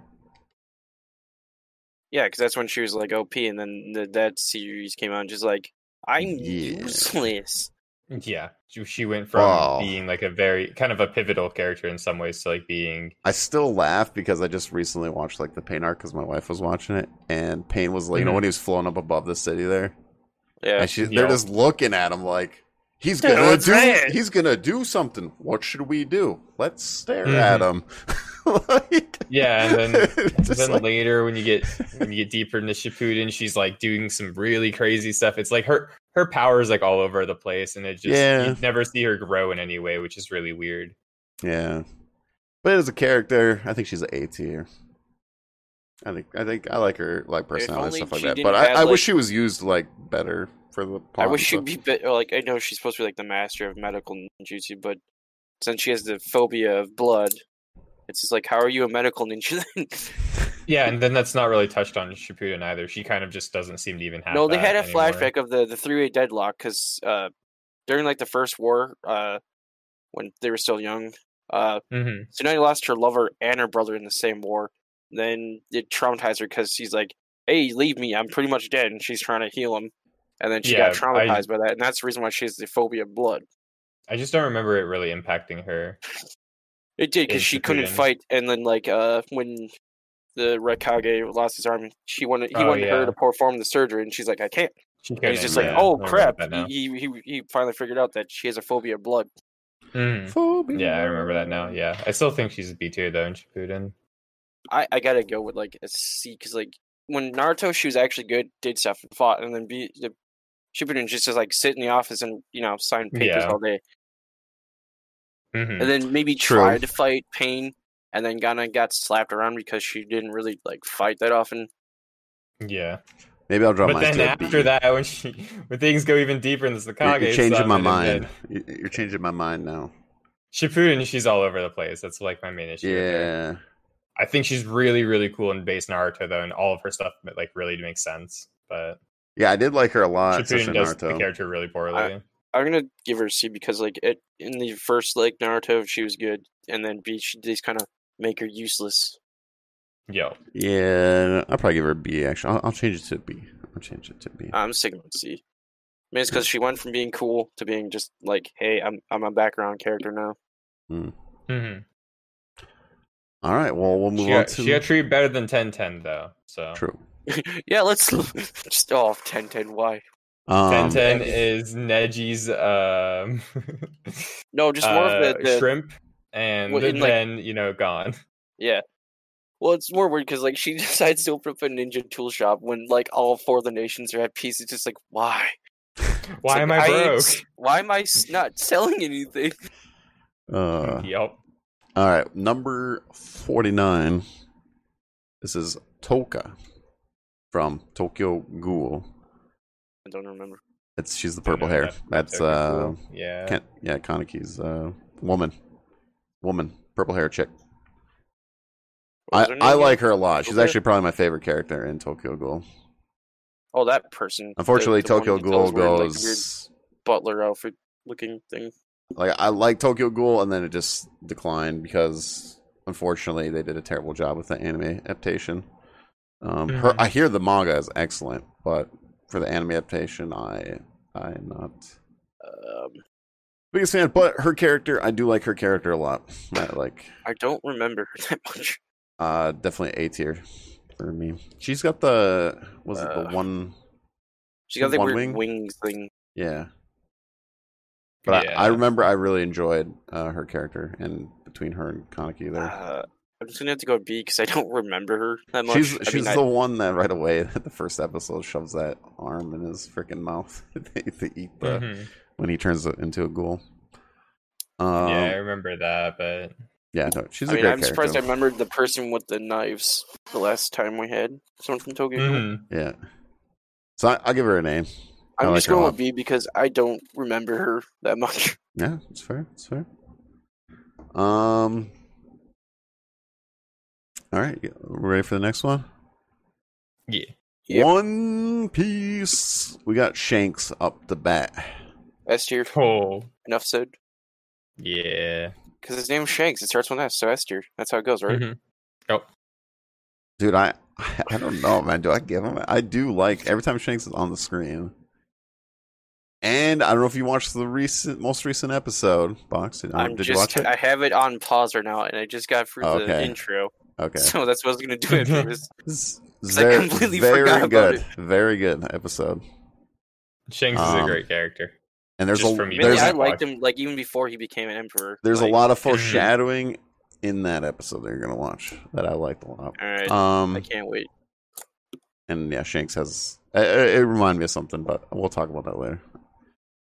S3: Yeah, because that's when she was like OP, and then the, that series came out. And just like I'm
S1: Yeah.
S3: useless.
S2: Yeah, she she went from
S1: Wow.
S2: being like a very kind of a pivotal character in some ways to like being
S1: I still laugh because I just recently watched like the Pain arc because my wife was watching it, and Pain was like, you know,
S2: Mhm.
S1: when he was flown up above the city there,
S3: Yeah,
S1: and she,
S2: Yeah.
S1: they're just looking at him like he's
S3: Dude,
S1: gonna
S3: what's
S1: do
S3: that?
S1: he's gonna do something. What should we do? Let's stare
S2: Mhm.
S1: at him. [LAUGHS] Like-
S2: yeah, and then.
S1: [LAUGHS] just
S2: then
S1: like-
S2: later when you get when you get deeper into Shippuden, she's like doing some really crazy stuff. It's like her her power is like all over the place, and it just
S1: Yeah.
S2: you never see her grow in any way, which is really weird.
S1: yeah, but as a character, I think she's an A tier. I think I think I like her like personality and
S3: only
S1: stuff like
S3: she
S1: that.
S3: didn't
S1: But I,
S3: have,
S1: I wish
S3: like-
S1: she was used like better for the.
S3: I
S1: plot
S3: wish she'd
S1: and
S3: be
S1: stuff.
S3: bit, or like I know she's supposed to be like the master of medical ninjutsu, but since she has the phobia of blood, it's just like how are you a medical ninja? Then? [LAUGHS]
S2: Yeah, and then that's not really touched on in Shippuden either. She kind of just doesn't seem to even have.
S3: no, they had a
S2: that uh, anymore.
S3: flashback of the the three way deadlock because uh, during like the first war, uh, when they were still young, uh,
S2: Mhm.
S3: Tsunade lost her lover and her brother in the same war. Then it traumatized her because she's like, "Hey, leave me! I'm pretty much dead," and she's trying to heal him. And then she got
S2: Yeah, I-
S3: traumatized by that, and that's the reason why she has the phobia of blood.
S2: I just don't remember it really impacting her.
S3: It did
S2: in
S3: because she couldn't
S2: Shippuden.
S3: fight, and then like uh when the Red Kage lost his arm, she wanted he
S2: Oh,
S3: wanted her
S2: yeah.
S3: to perform the surgery, and she's like, "I can't." And he's just like,
S2: Yeah,
S3: oh
S2: I remember
S3: crap!
S2: that now.
S3: He, he he finally figured out that she has a phobia of blood.
S2: Mm.
S1: Phobia.
S2: Yeah, I remember that now. Yeah, I still think she's a B tier though in Shippuden.
S3: I, I gotta go with like a C because like when Naruto she was actually good, did stuff and fought, and then B the Shippuden just to, like sit in the office and you know sign papers
S2: Yeah.
S3: all day,
S2: Mhm.
S3: and then maybe
S1: True.
S3: tried to fight Pain, and then kind of got slapped around because she didn't really like fight that often.
S2: Yeah,
S1: Maybe I'll drop
S2: but
S1: mine
S2: then
S1: to a B.
S2: after that, when she when things go even deeper in the
S1: You're,
S2: Sakage,
S1: you're changing
S2: stuff,
S1: my
S2: it
S1: mind.
S2: did.
S1: You- You're changing my mind now.
S2: Shippuden, she's all over the place. That's like my main issue. with her.
S1: Yeah.
S2: I think she's really really cool in base Naruto though, and all of her stuff like really makes sense. But
S1: Yeah, I did like her a lot.
S2: Shippuden
S1: especially
S2: does the
S1: Naruto.
S2: character really poorly.
S3: I'm gonna give her a C because like it in the first like Naruto she was good, and then B she just kind of make her useless.
S2: Yo,
S1: Yeah, I'll probably give her a B. Actually, I'll, I'll change it to a B. I'll change it to a B.
S3: I'm sticking with C. I mean, it's because she went from being cool to being just like, hey, I'm I'm a background character now. [LAUGHS] Mm-hmm.
S2: Mhm.
S1: All right. Well, we'll move
S2: she,
S1: on
S2: got,
S1: to
S2: she got treated better than Ten Ten though. So
S1: true.
S3: yeah, let's [LAUGHS] just oh 10 10 why?
S1: Um,
S2: Ten Ten is Neji's um, [LAUGHS]
S3: No, just more of
S2: uh,
S3: the, the
S2: shrimp, and
S3: Well, in,
S2: then
S3: like-
S2: you know gone. [LAUGHS]
S3: yeah. Well, it's more weird because like she [LAUGHS] decides to open up a ninja tool shop when like all four of the nations are at peace. It's just like why? It's
S2: Why
S3: like,
S2: am I broke?
S3: ain't- Why am I s- not selling anything? [LAUGHS]
S1: uh,
S2: [LAUGHS] yep.
S1: all right. Number forty-nine. This is Toka from Tokyo Ghoul.
S3: I don't remember.
S1: It's she's the purple hair. That's uh,
S2: yeah.
S1: Ken, yeah, Kaneki's uh, woman, woman, purple hair chick.
S3: What was
S1: I,
S3: her name
S1: I
S3: again?
S1: like her a lot. She's
S3: Tokyo?
S1: actually probably my favorite character in Tokyo Ghoul.
S3: Oh, that person. the-
S1: Unfortunately,
S3: the one
S1: Tokyo
S3: with those
S1: Ghoul
S3: weird, like, weird
S1: goes
S3: butler outfit looking thing.
S1: like I like Tokyo Ghoul, and then it just declined because unfortunately they did a terrible job with the anime adaptation. Um, her,
S2: Mhm.
S1: I hear the manga is excellent, but for the anime adaptation, I I am not
S3: Um,
S1: biggest fan. But her character, I do like her character a lot. I like
S3: I don't remember [LAUGHS] her that much.
S1: uh, definitely A tier for me. She's got the was it the
S3: Uh,
S1: one?
S3: She got the
S1: One
S3: weird
S1: wing?
S3: wings thing.
S1: Yeah, but
S2: yeah.
S1: I, I remember I really enjoyed uh, her character and between her and Kaneki there.
S3: Uh, I'm just gonna have to go B because I don't [LAUGHS] remember her that much.
S1: She's
S3: I
S1: she's
S3: mean, I-
S1: the one that right away [LAUGHS] the first episode shoves that arm in his freaking mouth [LAUGHS] to eat- to eat the
S2: Mhm.
S1: when he turns it into a ghoul. Um,
S2: yeah, I
S1: yeah,
S2: remember that, but
S1: no, she's
S3: I
S1: a
S3: mean,
S1: great
S3: I'm surprised
S1: character.
S3: I remembered the person with the knives the last time we had someone from Tokyo. Ghoul.
S1: Mm-hmm.
S2: Mhm.
S1: yeah, so I, I'll give her a name. I
S3: I'm
S1: like
S3: just
S1: her a
S3: going
S1: lot.
S3: with B because I don't remember her that much. [LAUGHS]
S1: Yeah, it's fair. It's fair. Um. All right, you- ready for the next one?
S2: yeah.
S3: Yep.
S1: One Piece. We got Shanks up the bat.
S3: S tier,
S2: Oh,
S3: enough said.
S2: yeah.
S3: Because his name was Shanks, it starts with S, so S tier. That's how it goes, right?
S2: Mhm.
S1: Dude, I [LAUGHS] I don't know, man. Do I give him? I do like every time Shanks is on the screen. And I don't know if you watched the recent, most recent episode, Box. Did, Mm-hmm.
S3: I'm
S1: Uh, did you watch
S3: just,
S1: it? Oh,
S3: I have it on pause right now, and I just got through the
S1: Okay.
S3: intro,
S1: Okay,
S3: so that's what I was gonna do.
S1: [LAUGHS]
S3: After this.
S1: Z-
S3: I
S1: very,
S3: completely
S1: very
S3: forgot about
S1: good,
S3: it.
S1: very good episode.
S2: Shanks is
S1: Um,
S2: a great character.
S1: And there's
S2: Just
S1: a
S2: from you.
S3: Maybe
S1: there's,
S2: a-
S3: I liked him like even before he became an emperor.
S1: there's a
S3: like,
S1: lot of foreshadowing in that episode that you're gonna watch that I liked a lot.
S3: All right, I
S1: Um,
S3: can't wait.
S1: and yeah, Shanks has it, it reminded me of something, but we'll talk about that later.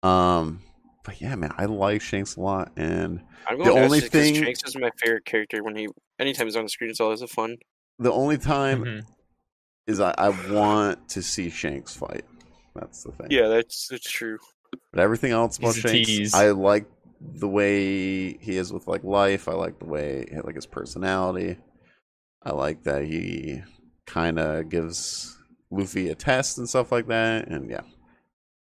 S1: Um, but yeah, man, I like Shanks a lot, and
S3: I'm
S1: The
S3: going
S1: only
S3: to thing...
S1: thing-
S3: Shanks is my favorite character when he anytime he's on the screen it's always a fun.
S1: the only time
S2: Mhm.
S1: is I, I want to see Shanks fight. That's the thing.
S3: Yeah, that's that's true.
S1: But everything else about
S2: He's a
S1: Shanks,
S2: tease.
S1: I like the way he is with like life. I like the way like his personality. I like that he kind of gives Luffy a test and stuff like that. And yeah,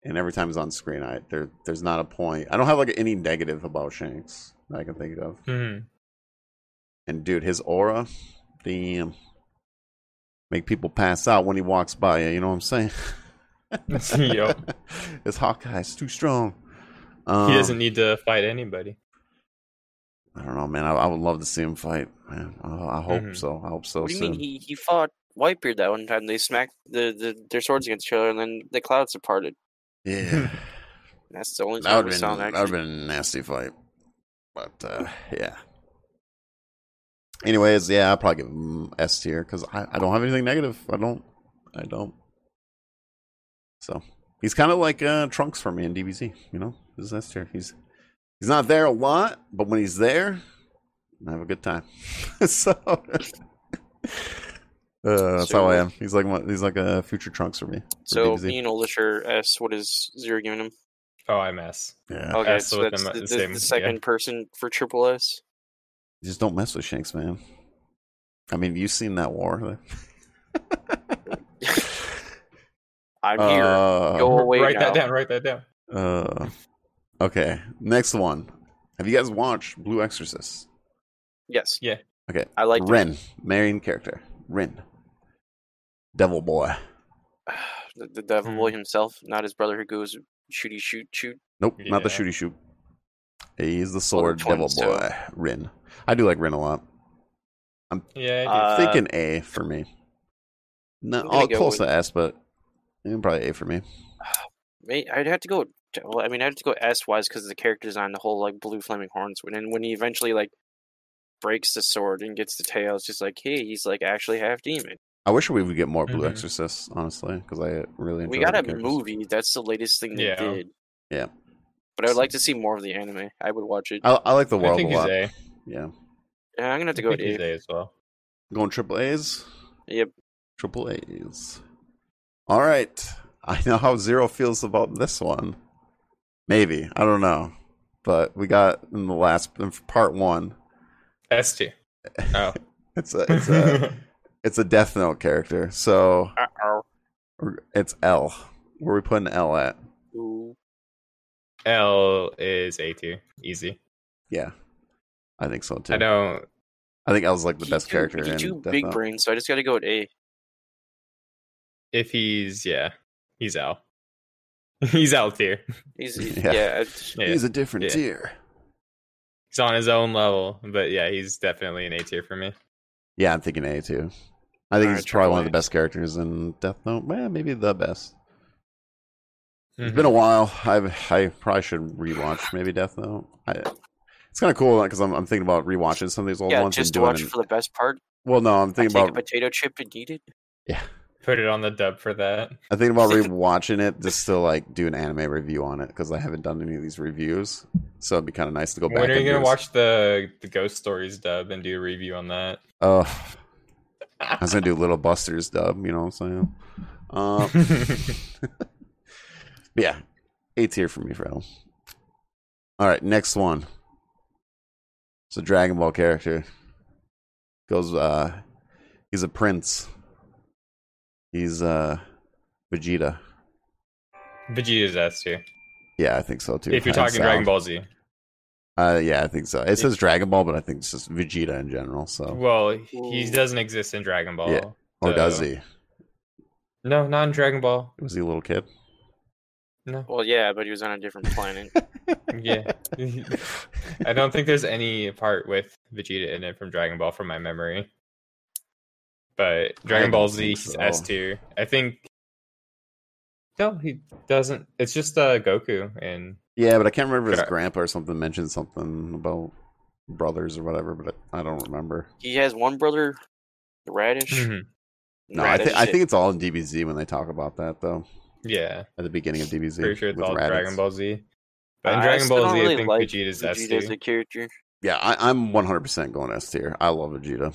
S1: and every time he's on screen, I there there's not a point. I don't have like any negative about Shanks that I can think of.
S2: Mhm.
S1: And dude, his aura, damn, make people pass out when he walks by. You know what I'm saying?
S2: [LAUGHS] Yup.
S1: [LAUGHS] This Hawkeye is too strong. Um,
S2: He doesn't need to fight anybody.
S1: I don't know, man. I, I would love to see him fight. Man, I, I hope
S2: Mhm.
S1: so. I hope so
S3: what do you
S1: soon.
S3: mean he, he fought Whitebeard that one time. They smacked the, the their swords against each other, and then the clouds departed.
S1: Yeah,
S3: And that's the only
S1: that
S3: time
S1: would
S3: we
S1: have
S3: saw
S1: been that
S3: an
S1: would
S3: action.
S1: have been a nasty fight. But uh, yeah. Anyways, yeah, I'll probably give him S tier because I, I don't have anything negative. I don't. I don't. So he's kind of like uh, Trunks for me in DBZ. You know, this is S tier. He's he's not there a lot, but when he's there, I have a good time. [LAUGHS] so uh, that's how I am. He's like my, he's like a future Trunks for me. for
S3: So
S1: DBZ.
S3: being Olisher S, what is zero giving him?
S2: Oh, I'm S.
S1: yeah,
S3: Okay,
S2: S
S3: so
S2: with
S3: that's the,
S2: them at the
S3: the-
S2: same-
S3: the second
S2: yeah.
S3: person for triple S.
S1: You just don't mess with Shanks, man. I mean, you've seen that war.
S3: I'm here.
S1: Uh,
S3: Go away
S2: write
S3: now.
S2: that down. Write that down.
S1: uh, okay, next one. Have you guys watched Blue Exorcist?
S3: Yes.
S2: Yeah.
S1: Okay.
S3: I like
S1: Ren, main character. Ren. Devil boy.
S3: [SIGHS] the, the devil
S2: Hmm.
S3: boy himself, not his brother who goes shooty shoot shoot.
S1: Nope, not the
S2: Yeah.
S1: shooty shoot. He's the sword
S3: they're
S1: devil
S3: twins,
S1: boy. Rin. I do like Rin a lot.
S2: Yeah. I
S3: Uh,
S1: Thinking A for me. No,
S3: I'm gonna
S1: oh,
S3: go
S1: close
S3: with-
S1: to S, but eh, probably A for me.
S3: May- I'd have to go. Well, I mean, I'd have to go S wise because of the character design, the whole like blue flaming horns. And then when he eventually like breaks the sword and gets the tail, it's just like, hey, he's like actually half demon.
S1: I wish we would get more Blue
S2: Mhm.
S1: Exorcists, honestly, because I really enjoy
S3: We got
S1: the
S3: a
S1: characters.
S3: movie. That's the latest thing they
S2: Yeah.
S3: did.
S1: Yeah. Uh,
S3: But I would like to see more of the anime. I would watch it.
S1: I, I like the
S2: think, I
S1: world
S2: think
S1: a
S2: he's
S1: lot.
S2: A.
S1: Yeah,
S3: Yeah, I'm gonna have to
S2: I
S3: go
S2: think
S3: with
S2: he's
S3: A.
S2: A as well. [LAUGHS]
S1: going triple A's.
S3: Yep.
S1: Triple A's. All right. I know how Zero feels about this one. Maybe I don't know, but we got in the last in part one.
S2: S tier. Oh.
S1: [LAUGHS] It's a it's uh, a
S2: [LAUGHS]
S1: it's a Death Note character, so
S3: Uh-oh.
S1: we're- it's L. Where we putting L at?
S3: Ooh.
S2: L is A tier. Easy.
S1: Yeah, I think so too.
S2: I don't.
S1: I think L's like the
S3: He's
S1: best
S3: too-
S1: character
S3: He's
S1: in
S3: too
S1: Death
S3: big
S1: Note.
S3: brain, so I just gotta go with A.
S2: If he's yeah, he's L. [LAUGHS] He's
S1: [LAUGHS]
S2: L tier.
S3: He's
S1: Yeah.
S3: yeah. yeah it's-
S2: Yeah.
S1: He's a different
S2: Yeah.
S1: tier.
S2: He's on his own level, but yeah, he's definitely an A tier for me.
S1: Yeah, I'm thinking A too. I think he's
S3: All right,
S1: probably
S3: triple
S1: one of the
S3: A.
S1: best characters in Death Note. Eh, maybe the best. It's
S2: Mhm.
S3: Mm-hmm.
S1: been a while. I I probably should rewatch maybe Death Note. I, it's kind of cool because I'm I'm thinking about rewatching some of these old
S3: yeah,
S1: ones
S3: just
S1: and
S3: to
S1: doing.
S3: watch
S1: an-
S3: for the best part.
S1: well, no, I'm
S3: I
S1: thinking
S3: take a
S1: about
S3: potato chip and eat it.
S2: Put it on the dub for that.
S1: I'm thinking about rewatching it just to like do an anime review on it because I haven't done any of these reviews, so it'd be kind of nice to go back.
S2: When are
S1: and
S2: you
S1: do
S2: gonna
S1: this.
S2: watch the the Ghost Stories dub and do a review on that?
S1: Oh, I was gonna do Little Buster's dub. You know what I'm saying? Uh, yeah, A tier for me, Fred. All right, next one. It's a Dragon Ball character. Goes, uh, he's a prince. He's uh, Vegeta.
S2: [LAUGHS] Vegeta's S tier.
S1: Yeah, I think so too.
S2: If you're talking Dragon Ball Z,
S1: Ball, uh, yeah, I think so. It says Dragon Ball, but I think it's just Vegeta in general. So,
S2: well, he
S3: Ooh.
S2: doesn't exist in Dragon Ball.
S1: Oh. Yeah. or does he?
S2: No, not in Dragon Ball.
S1: Was he a little kid? [LAUGHS]
S2: No.
S3: Well, yeah, but he was on a different planet.
S2: Yeah. [LAUGHS] I don't think there's any part with Vegeta in it from Dragon Ball from my memory. But
S1: don't
S2: Dragon Ball Z,
S1: think
S2: he's
S1: so.
S2: S tier. I think. No, he doesn't. It's just uh, Goku
S1: [LAUGHS]
S2: and [LAUGHS]
S1: Yeah, but I can't remember if his
S2: Okay.
S1: grandpa or something mentioned something about brothers or whatever, but I don't remember.
S3: he has one brother,
S2: Mm-hmm.
S3: Radish.
S1: No, I,
S3: Radish
S1: think I
S3: is-
S1: think it's all in DBZ when they talk about that though.
S2: yeah,
S1: At the beginning of DBZ,
S2: pretty sure it's
S1: with
S2: all
S1: Raditz.
S2: Dragon Ball Z. But in
S3: I
S2: Dragon
S3: still
S2: Ball
S3: don't
S2: Z, I
S3: really
S2: think
S3: like
S2: Vegeta's S
S3: Vegeta as
S2: tier.
S3: a character.
S1: Yeah, I, I'm 100% going S tier. I love Vegeta.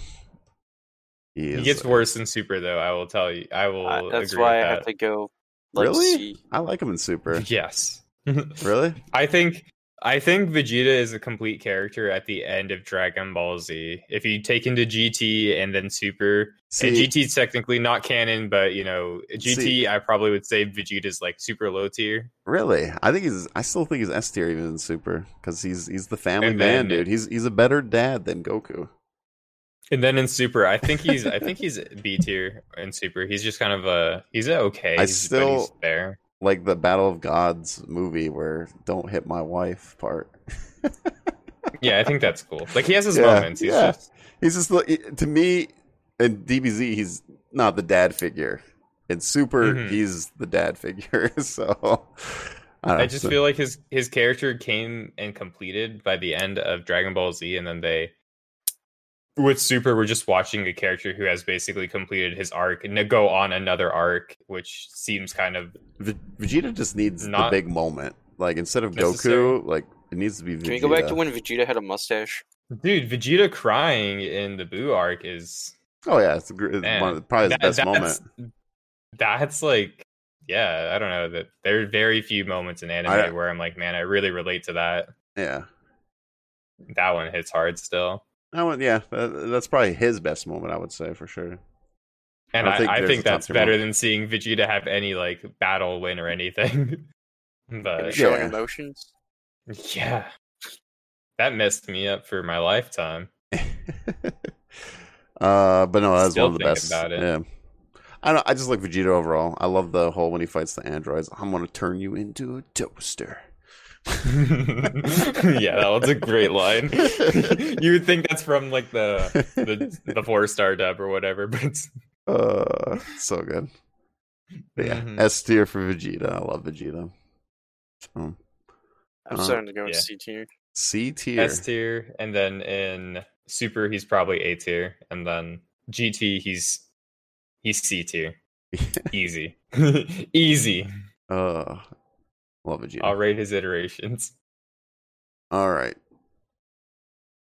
S1: He,
S2: He
S1: is- uh,
S2: gets worse in Super though. I will tell you. I will.
S3: Uh, that's
S2: agree
S3: why I
S2: with
S3: have
S2: that.
S3: to go. Like,
S1: Really?
S3: C.
S1: I like him in Super. [LAUGHS]
S2: [LAUGHS] Yes.
S1: really?
S2: I think I think Vegeta is a complete character at the end of Dragon Ball Z. If you take into GT and then Super, and
S1: See,
S2: GT's technically not canon, but you know GT,
S1: See.
S2: I probably would say Vegeta's like super low tier.
S1: really? I think he's. I still think he's S tier even in Super because he's he's the family
S2: And
S1: man,
S2: then-
S1: dude. He's he's a better dad than Goku.
S2: And then in Super, I think he's I think he's B tier in Super. He's just kind of a he's okay.
S1: I
S2: he's- but he's
S1: still-
S2: there.
S1: Like the Battle of Gods movie where "Don't hit my wife" part.
S2: Yeah, I think that's cool. Like he has his
S1: Yeah,
S2: moments. He's
S1: yeah.
S2: just
S1: He's just the- to me. in DBZ, he's not the dad figure. In Super,
S2: Mhm.
S1: he's the dad figure. [LAUGHS] So I, don't
S2: I
S1: know.
S2: just
S1: So-
S2: feel like his his character came and completed by the end of Dragon Ball Z, and then they with Super, we're just watching a character who has basically completed his arc and go on another arc, which seems kind of
S1: V- Vegeta just needs
S2: Not
S1: the big moment. Like instead of
S2: necessary.
S1: Goku, like it needs to be. Vegeta.
S3: Can we go back to when Vegeta had a mustache?
S2: dude. Vegeta crying in the Boo arc is
S1: Oh yeah, it's, a gr- it's
S2: Man,
S1: one of the, probably his best moment.
S2: moment. That's like, yeah, I don't know that there are very few moments in anime
S1: I-
S2: where I'm like, man, I really relate to that.
S1: Yeah,
S2: That one hits hard still,
S1: I would. Yeah, that, that's probably his best moment. I would say for sure.
S2: and
S1: I
S2: I, I
S1: think
S2: think,
S1: there's a top
S2: that's
S1: tier
S2: better
S1: moment.
S2: than seeing Vegeta have any like battle win or anything. [LAUGHS]
S3: And
S2: but
S3: he's showing
S1: yeah.
S3: emotions.
S2: yeah, that messed me up for my lifetime. [LAUGHS]
S1: [LAUGHS] uh, but no, that's
S2: Still
S1: one of the
S2: think
S1: best.
S2: about it.
S1: Yeah. I don't, I just like Vegeta overall. I love the whole when he fights the androids. I'm gonna turn you into a
S2: [LAUGHS]
S1: toaster.
S2: yeah, that one's a great line. [LAUGHS] you would think that's from like the the, the four star dub or whatever,
S1: [LAUGHS]
S2: but it's
S1: [LAUGHS] uh, so good. But yeah,
S2: Mhm.
S1: S tier for Vegeta. I love Vegeta. So,
S3: I'm
S1: Uh,
S3: starting to go with
S2: Uh-huh.
S3: C
S2: yeah.
S3: tier.
S1: C tier. [LAUGHS]
S2: S tier, and then in Super he's probably A tier, and then GT he's he's C tier. Easy, [LAUGHS] easy.
S1: Uh, love Vegeta.
S2: I'll rate his iterations.
S1: All right.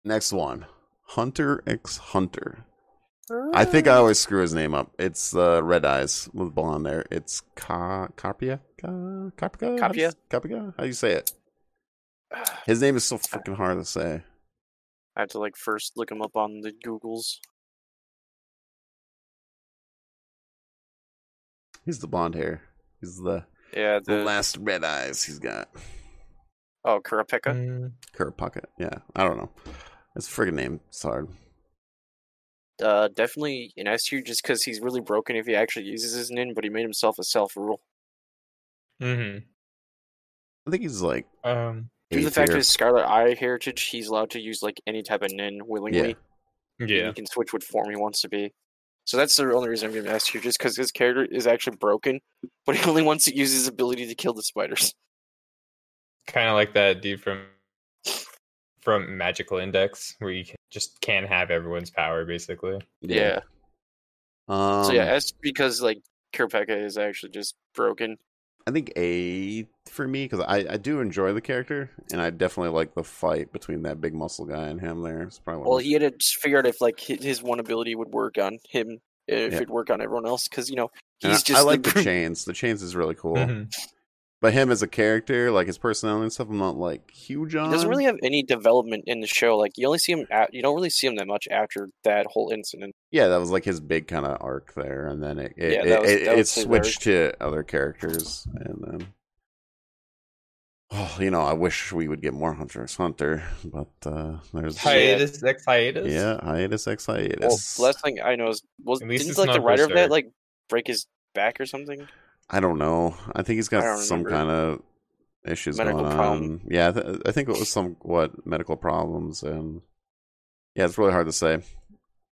S1: Next one, Hunter X Hunter. I think I always screw his name up. It's uh, Red Eyes with blonde there. It's Ka Carpia Ka Carpia How do you- Carpia. How do you say it?
S3: [SIGHS] I
S1: His name is so freaking hard to say.
S3: have to like first look him up on the Googles.
S1: He's the blonde hair. He's the,
S3: Yeah,
S1: the
S3: the
S1: last Red Eyes he's got.
S3: oh Kurapika.
S2: Mm,
S1: Kurapaka. Yeah, I don't know. His friggin' name. It's hard.
S3: Uh, definitely an S tier just because he's really broken if he actually uses his nin, but he made himself a self rule
S2: mhm.
S1: I think he's like
S2: Um,
S3: due
S1: A
S3: to the fact of
S1: tier.
S3: his Scarlet Eye heritage. He's allowed to use like any type of nin willingly.
S1: Yeah.
S3: and
S2: yeah,
S3: he can switch what form he wants to be. So that's the only reason I'm giving S tier, just because his character is actually broken, [LAUGHS] but he only wants to use his ability to kill the spiders.
S2: kind of like that dude from from Magical Index, where you can, just can't have everyone's power basically.
S1: Um,
S3: So yeah, S because like Kurapika is actually just broken.
S1: I think A for me because I, I do enjoy the character and I definitely like the fight between that big muscle guy and him. There, it's probably one
S3: Well,
S1: of-
S3: he had to just figure out if like hi- his one ability would work on him, if
S1: Yeah.
S3: it'd work on everyone else, because you know
S1: and
S3: he's
S1: I-
S3: just
S1: I like
S3: the,
S1: the chains. The chains is really cool,
S2: Mhm.
S1: but him as a character, like his personality and stuff, I'm not like huge on.
S3: He doesn't really have any development in the show. Like you only see him, at, you don't really see him that much after that whole incident.
S1: Yeah, that was like his big kind of arc there, and then it it,
S3: Yeah,
S1: it,
S3: that was-
S1: it,
S3: that
S1: it
S3: was his
S1: switched to other characters, and then. Oh, you know, I wish we would get more Hunter x Hunter, but uh, there's
S2: Hiatus, next hiatus.
S1: yeah hiatus x hiatus.
S3: Well, last thing I know is was
S2: At least
S3: didn't
S2: it's
S3: like the
S2: not
S3: writer of that
S2: Berserk.
S3: like break his back or something?
S1: I don't know. I think he's
S3: I
S1: got
S3: don't
S1: some kind of issues
S3: Medical
S1: going
S3: problem.
S1: on. Yeah, I, th- I think it was some what medical problems, and yeah, it's really hard to say.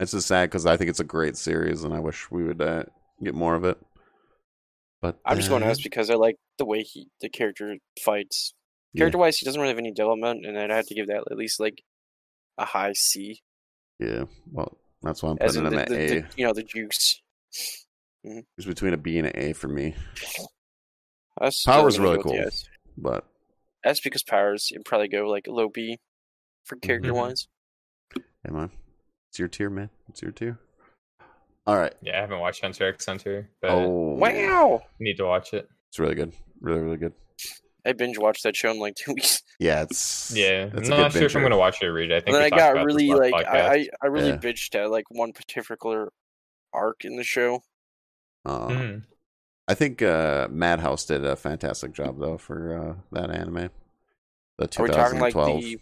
S1: It's just sad because I think it's a great series, and I wish we would uh, get more of it. But
S3: I'm just going to
S1: uh,
S3: ask because I like the way he the character fights.
S1: Yeah.
S3: Character wise, he doesn't really have any development, and I'd have to give that at least like a high C,
S1: Yeah, well, that's why I'm
S3: as
S1: putting
S3: in the,
S1: him at
S3: the-
S1: A.
S3: the- you know the juice.
S1: It's between a B and an A for me,
S3: I still
S1: Power's
S3: gonna
S1: really
S3: go with the
S1: cool.
S3: S.
S1: but
S3: S because powers, it'd probably go like low B for character wise.
S1: am I? It's your tier, man. It's your tier. All right.
S2: Yeah, I haven't watched Hunter X Hunter, but
S1: Oh,
S3: Wow,
S2: need to watch it.
S1: it's really good. Really, really good.
S3: I binge watched that show in like [LAUGHS] two weeks.
S1: Yeah, it's
S2: Yeah,
S1: That's a
S2: I'm
S1: good
S2: not sure if
S1: venture.
S2: I'm gonna watch it or read it. I
S3: And
S2: think
S3: then
S2: we
S3: I
S2: talked
S3: got
S2: about this
S3: really
S2: last
S3: like
S2: podcast.
S3: I, I I really
S1: Yeah.
S3: bitched at like one particular arc in the show.
S1: Uh,
S2: Mhm.
S1: I think uh, Madhouse did a fantastic job though for uh, that anime. The
S3: Are we talking like
S1: 2012.
S3: the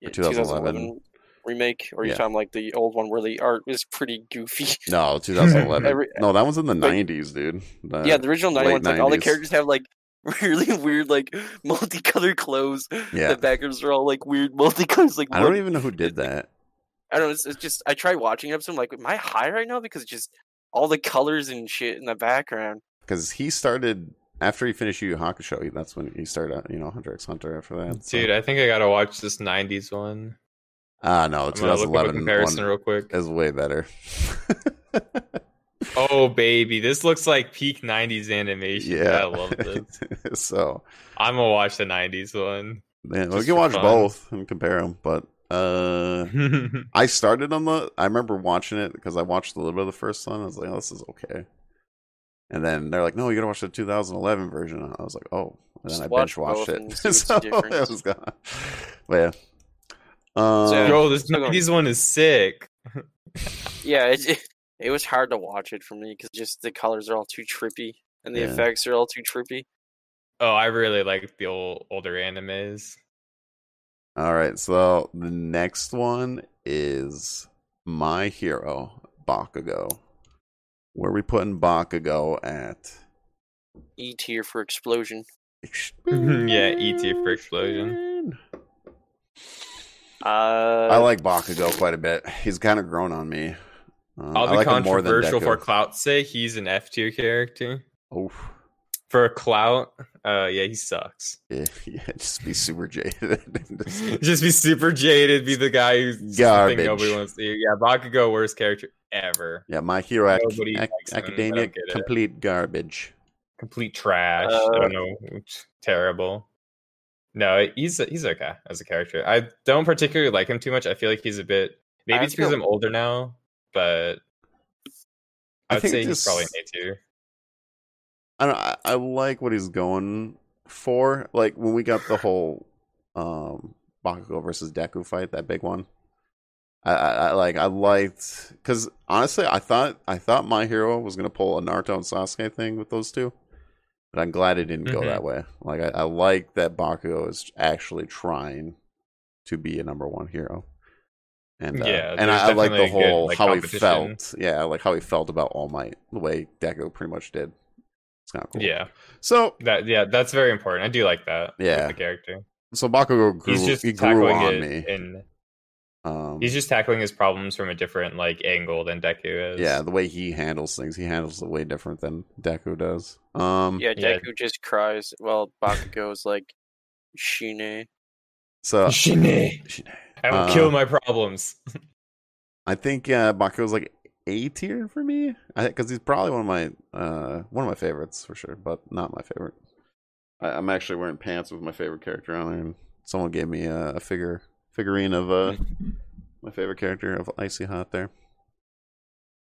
S3: yeah,
S1: 2011.
S3: remake, or are you
S1: Yeah.
S3: talking like the old one where the art is pretty goofy?
S1: [LAUGHS]
S3: [LAUGHS]
S1: No, 2011.
S3: Every-
S1: no, that one's in the
S3: like-
S1: 90s, dude. The-
S3: yeah, the original 90
S1: Uh, late
S3: ones, like all the
S1: 90s.
S3: characters have like [LAUGHS] really weird, like multicolored clothes.
S1: yeah.
S3: The backers are all like weird multicolors. Like
S1: I don't
S3: what-
S1: even know who did that.
S3: I don't know. It's, it's just I tried watching it. So I'm like, am I high right now? Because just all the colors and shit in the background.
S1: because he started after he finished Yu Yu Hakusho. he- That's when he started, out, you know, Hunter x Hunter. After that, so-
S2: Dude, I think I gotta watch this '90s one.
S1: ah, no, the
S2: I'm gonna look up a
S1: 2011
S2: comparison
S1: one
S2: real quick.
S1: is way better. [LAUGHS]
S2: Oh baby, this looks like peak '90s animation.
S1: yeah,
S2: I
S1: [LAUGHS]
S2: love this.
S1: so
S2: I'm gonna watch the '90s one. [LAUGHS]
S1: yeah, we
S2: Just
S1: can
S2: for
S1: watch
S2: fun.
S1: both and compare them, but uh, I started on the. I remember watching it because I watched a little bit of the first one. I was like, "Oh, this is okay." And then they're like, "No, you gotta watch the 2011 version." I was like, "Oh," and then
S3: Just
S1: I
S3: watch
S1: binge watched
S3: both
S1: [LAUGHS]
S3: and
S1: it.
S3: see what's
S1: so
S3: the
S1: it
S3: difference.
S1: was gone. But yeah, um,
S3: So-
S2: Yo, this
S3: Still going.
S2: '90s one is sick.
S3: Yeah, it, it, it was hard to watch it for me because just the colors are all too trippy and the
S1: Yeah.
S3: effects are all too trippy.
S2: Oh, I really like the old older animes.
S1: all right, so the next one is My Hero Bakugo. Where are we putting Bakugo at?
S3: E tier for explosion.
S2: [LAUGHS] Yeah, E tier for explosion.
S3: Uh,
S1: I like Bakugo quite a bit. He's kind of grown on me. Um,
S2: I'll
S1: I
S2: be
S1: like him more than
S2: controversial for
S1: Deku.
S2: clout's sake. He's an F tier character.
S1: Oof. [LAUGHS]
S2: For clout, uh, yeah, he sucks.
S1: Yeah, yeah, just be super jaded. [LAUGHS] and just-
S2: Just be super jaded. Be the guy who's the
S1: Garbage.
S2: thing nobody wants to hear. Yeah, Bakugo, worst character ever.
S1: yeah, my hero Ac-
S2: Nobody
S1: Ac-
S2: likes him. I don't
S1: academia,
S2: get it.
S1: complete garbage.
S2: Complete trash.
S1: Uh
S2: I don't know. it's Terrible. No, he's he's okay as a character. I don't particularly like him too much. I feel like he's a bit. Maybe
S3: I
S2: it's because
S3: feel-
S2: I'm older now, but
S1: I
S2: I would
S1: think
S2: say he's
S1: this-
S2: probably an A tier.
S1: I don't. I, I like what he's going for. Like when we got the whole um Bakugo versus Deku fight, that big one. I, I, I like. I liked because honestly, I thought I thought my hero was gonna pull a Naruto and Sasuke thing with those two, but I'm glad it didn't go
S2: Mhm.
S1: that way. Like I, I like that Bakugo is actually trying to be a number one hero. And, uh,
S2: Yeah,
S1: and
S2: there's
S1: I, I like the
S2: definitely a good,
S1: whole
S2: like,
S1: how he
S2: competition.
S1: felt. Yeah, I like how he felt about All Might, the way Deku pretty much did. It's kind of cool.
S2: Yeah,
S1: So
S2: that yeah, that's very important. I do like that. with
S1: Yeah.
S2: the character.
S1: so Bakugo grew,
S2: He's just
S1: he grew
S2: tackling
S1: on
S2: it,
S1: me.
S2: and
S1: um,
S2: he's just tackling his problems from a different like angle than Deku is.
S1: yeah, the way he handles things, he handles it way different than Deku does. Um,
S3: Yeah,
S2: Yeah.
S3: Deku just cries. Well, Bakugo is like, Shine.
S1: so
S2: Shine. I will
S1: Uh,
S2: kill my problems.
S1: I think uh, Bakugo's like A tier for me because he's probably one of my uh, one of my favorites for sure, but not my favorite. I, I'm actually wearing pants with my favorite character on, it, and someone gave me a, a figure figurine of uh, my favorite character of Icy Hot there.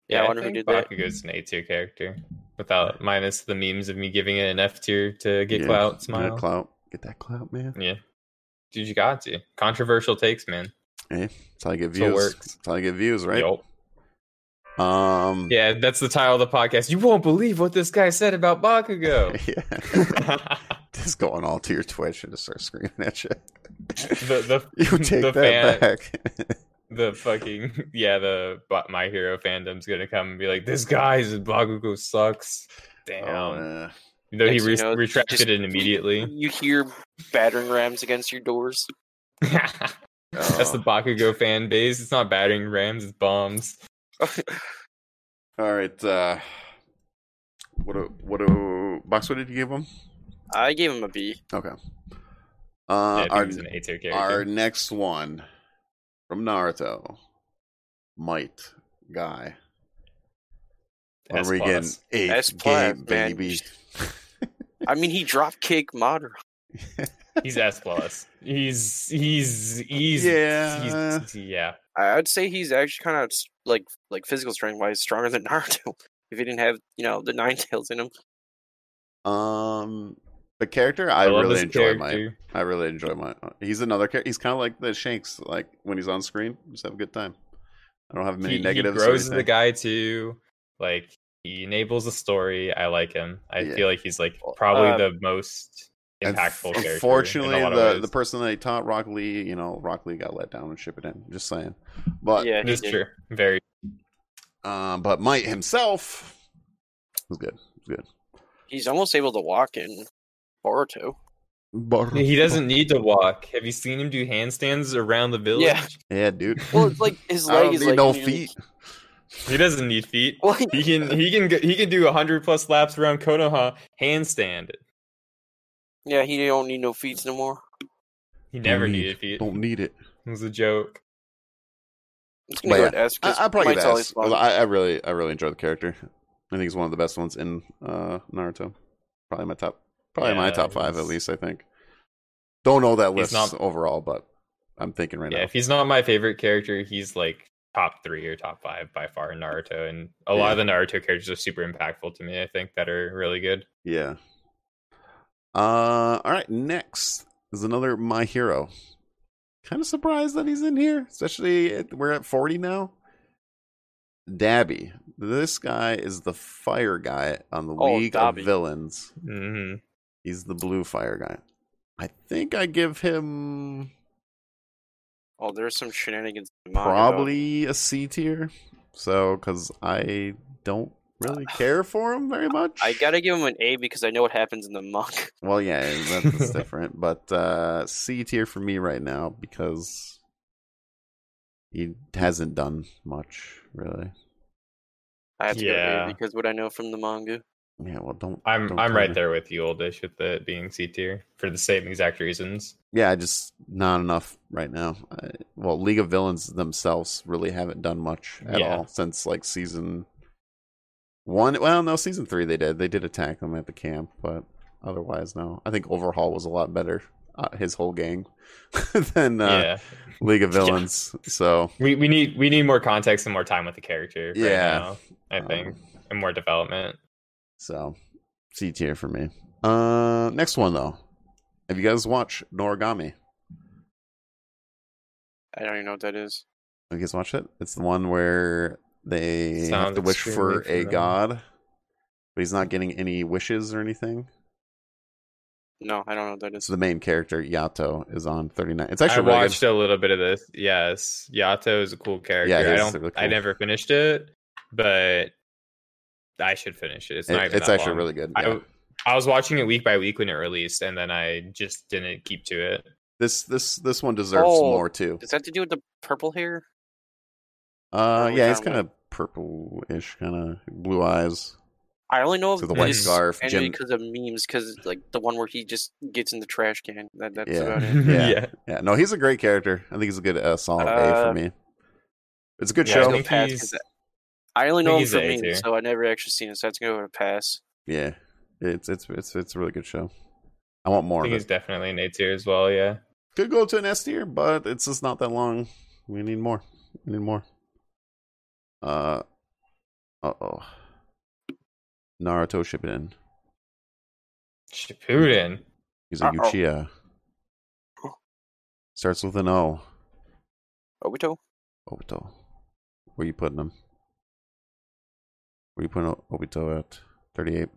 S3: Yeah, I wonder who
S2: think
S3: did that.
S2: Bakugo's an A tier character, without minus the memes of me giving it an F tier to get
S1: Yeah,
S2: clout
S1: yeah,
S2: smile.
S1: clout, get that clout, man.
S2: Yeah, dude, you got to controversial takes, man.
S1: That's how I get
S2: That's what
S1: views.
S2: works.
S1: That's how I get views, right?
S2: Yup.
S1: Um,
S2: Yeah, that's the title of the podcast. You won't believe what this guy said about
S1: [LAUGHS]
S2: Bakugo.
S1: [LAUGHS]
S2: [LAUGHS]
S1: yeah.
S2: the
S1: just going all to your Twitch and just start screaming at you.
S2: the
S1: [LAUGHS] You take
S2: The
S1: that
S2: fan-
S1: back. [LAUGHS]
S2: the fucking yeah the but my hero fandom's gonna come and be like this guy's Bakugo sucks. Damn.
S1: Oh, yeah.
S2: Even Though he
S3: Next
S2: re-
S3: you know,
S2: retracted
S3: just-
S2: it immediately. [LAUGHS]
S3: You hear battering rams against your doors.
S2: That's the Bakugo fan base. It's not battering rams, it's bombs.
S1: All right. Uh, what do what do box? What did you give him?
S3: I gave him a B.
S1: Okay.
S2: Yeah, I
S1: Uh,
S2: think
S1: our
S2: he's an A tier
S1: our
S2: character.
S1: next one from Naruto, Might guy.
S2: S
S1: Are we getting
S2: plus.
S1: eight
S3: S
S1: gay
S3: plus, man.
S1: baby?
S3: I mean, he drop kicked Madara.
S2: He's S plus. He's he's he's
S1: Yeah.
S2: he's- yeah.
S3: I- I'd say he's actually kind of like like physical strength wise stronger than [LAUGHS] Naruto. If he didn't have you know the nine [LAUGHS] tails in him,
S1: [LAUGHS] Um, the character I,
S2: love
S1: really
S2: this
S1: enjoy. Might
S2: character.
S1: I really enjoy my. He's another character. He's kind of like the Shanks. Like when he's on screen, just have a good time. I don't have many
S2: He, he
S1: negatives. or
S2: grows as the
S1: anything.
S2: guy too. Like he enables the story. I like him. I
S1: Yeah.
S2: feel like he's like probably
S3: Uh,
S2: the most
S1: And
S2: impactful character.
S1: Unfortunately,
S2: in a lot
S1: the
S2: of
S1: the person that he taught Rock Lee, you know, Rock Lee got let down and shipped it in. Just saying, but
S3: yeah, he
S2: That's
S3: did.
S2: true. Very.
S1: um, but Might himself was good.
S3: He's almost able to walk in Boruto.
S1: Bar-
S2: [LAUGHS] He doesn't need to walk. Have you seen him do handstands around the
S3: [LAUGHS]
S2: village?
S3: Yeah.
S1: Yeah, dude.
S3: Well, it's like his
S1: I
S3: leg
S1: don't
S3: is
S1: need
S3: like
S1: no
S3: nearly- [LAUGHS]
S1: feet.
S2: He doesn't need feet.
S3: Well, he-
S2: He can he can get- he can do hundred plus laps around Konoha handstand.
S3: yeah, he don't need no feet no more. [LAUGHS]
S2: He never
S1: need-
S2: needed feet.
S1: Don't need it.
S2: It was a joke.
S3: It's gonna
S1: But
S3: go
S1: yeah,
S3: to S. 'cause
S1: I, I probably
S3: Mike's
S1: give
S3: always
S1: S.
S3: fun.
S1: I, I really, I really enjoy the character. I think he's one of the best ones in uh, Naruto. Probably my top, probably my
S2: Yeah,
S1: top five at
S2: he's-
S1: least. I think. Don't know that
S2: He's
S1: list
S2: not-
S1: overall, but I'm thinking right
S2: yeah,
S1: now.
S2: if he's not my favorite character, he's like top three or top five by far in Naruto. And a lot of the Naruto characters are super impactful to me. I think that are really good.
S1: Yeah. Uh, all right. Next is another My Hero. Kind of surprised that he's in here, especially at, we're at 40 now. Dabby. This guy is the fire guy on the
S3: Oh,
S1: League
S3: Dabby.
S1: of Villains. Mm-hmm.
S2: hmm
S1: He's the blue fire guy. I think I give him
S3: Oh, there's some shenanigans. in the manga, though.
S1: probably a C tier. So, because I don't
S2: [SIGHS]
S1: really care for him very much.
S3: I gotta give him an A because I know what happens in the manga. [LAUGHS]
S1: Well, yeah, that- that's different. [LAUGHS] But uh, C tier for me right now because he hasn't done much, really.
S3: I have to
S2: Yeah.
S3: go A because what I know from the manga.
S1: Yeah, well, don't.
S2: I'm
S1: don't
S2: I'm
S1: tell
S2: right
S1: me.
S2: there with you, oldish, with it being C tier for the same exact reasons.
S1: Yeah, I just not enough right now. I, well, League of Villains themselves really haven't done much at
S2: Yeah.
S1: all since like season one. Well, no, season three they did. They did attack them at the camp, but otherwise, no. I think Overhaul was a lot better. Uh, his whole gang [LAUGHS] than uh,
S2: yeah,
S1: League of
S2: [LAUGHS] Yeah.
S1: Villains. So
S2: we we need we need more context and more time with the character. Right
S1: Yeah.
S2: now, I think,
S1: um,
S2: and more development.
S1: So C tier for me. Uh next one though. Have you guys watched Noragami?
S3: I don't even know what that is.
S1: Have you guys watched it? It's the one where they have
S2: Sounds
S1: to wish for
S2: extremely
S1: a
S2: familiar.
S1: god, but he's not getting any wishes or anything.
S3: No, I don't know what that is.
S1: So the main character, Yato, is on thirty nine. It's
S2: I
S1: actually really good.
S2: watched a little bit of this. Yes, Yato is a cool character.
S1: Yeah, he
S2: I
S1: is
S2: don't.
S1: really
S2: I
S1: cool.
S2: never finished it, but I should finish it. It's
S1: It-
S2: not even
S1: it's
S2: that
S1: actually
S2: long.
S1: really good.
S2: I-
S1: yeah.
S2: I was watching it week by week when it released, and then I just didn't keep to it.
S1: This this this one deserves
S3: Oh.
S1: more too.
S3: Does that have to do with the purple hair?
S1: Uh
S3: Oh,
S1: yeah, he's
S3: yeah.
S1: kind of purple-ish, kind of blue eyes.
S3: I only know
S1: So
S3: of
S1: the white
S3: his
S1: scarf,
S3: anime
S1: Jim,
S3: because of memes, because like the one where he just gets in the trash can. That, that's
S1: Yeah.
S2: [LAUGHS]
S3: about it.
S1: Yeah. Yeah, no, he's a great character. I think he's a good uh, solid A
S3: Uh,
S1: for me. It's a good
S2: Yeah, I
S1: show.
S2: think
S3: Pass,
S2: he's-
S3: 'cause I only
S2: I
S3: know him
S2: think
S3: from
S2: he's
S3: memes,
S2: an A tier.
S3: so I never actually seen it. So that's gonna go to pass.
S1: Yeah, it's it's it's it's a really good show. I want
S2: I
S1: more of
S2: think he's
S1: it.
S2: definitely an A tier as well. Yeah,
S1: Could go to an S tier, but it's just not that long. We need more. We need more. Uh, uh oh. Naruto Shippuden.
S2: Shippuden.
S1: He's a
S3: Uh-oh.
S1: Uchiha. Starts with an O.
S3: Obito.
S1: Obito. Where you putting him? Where you putting O- Obito at? Thirty-eight.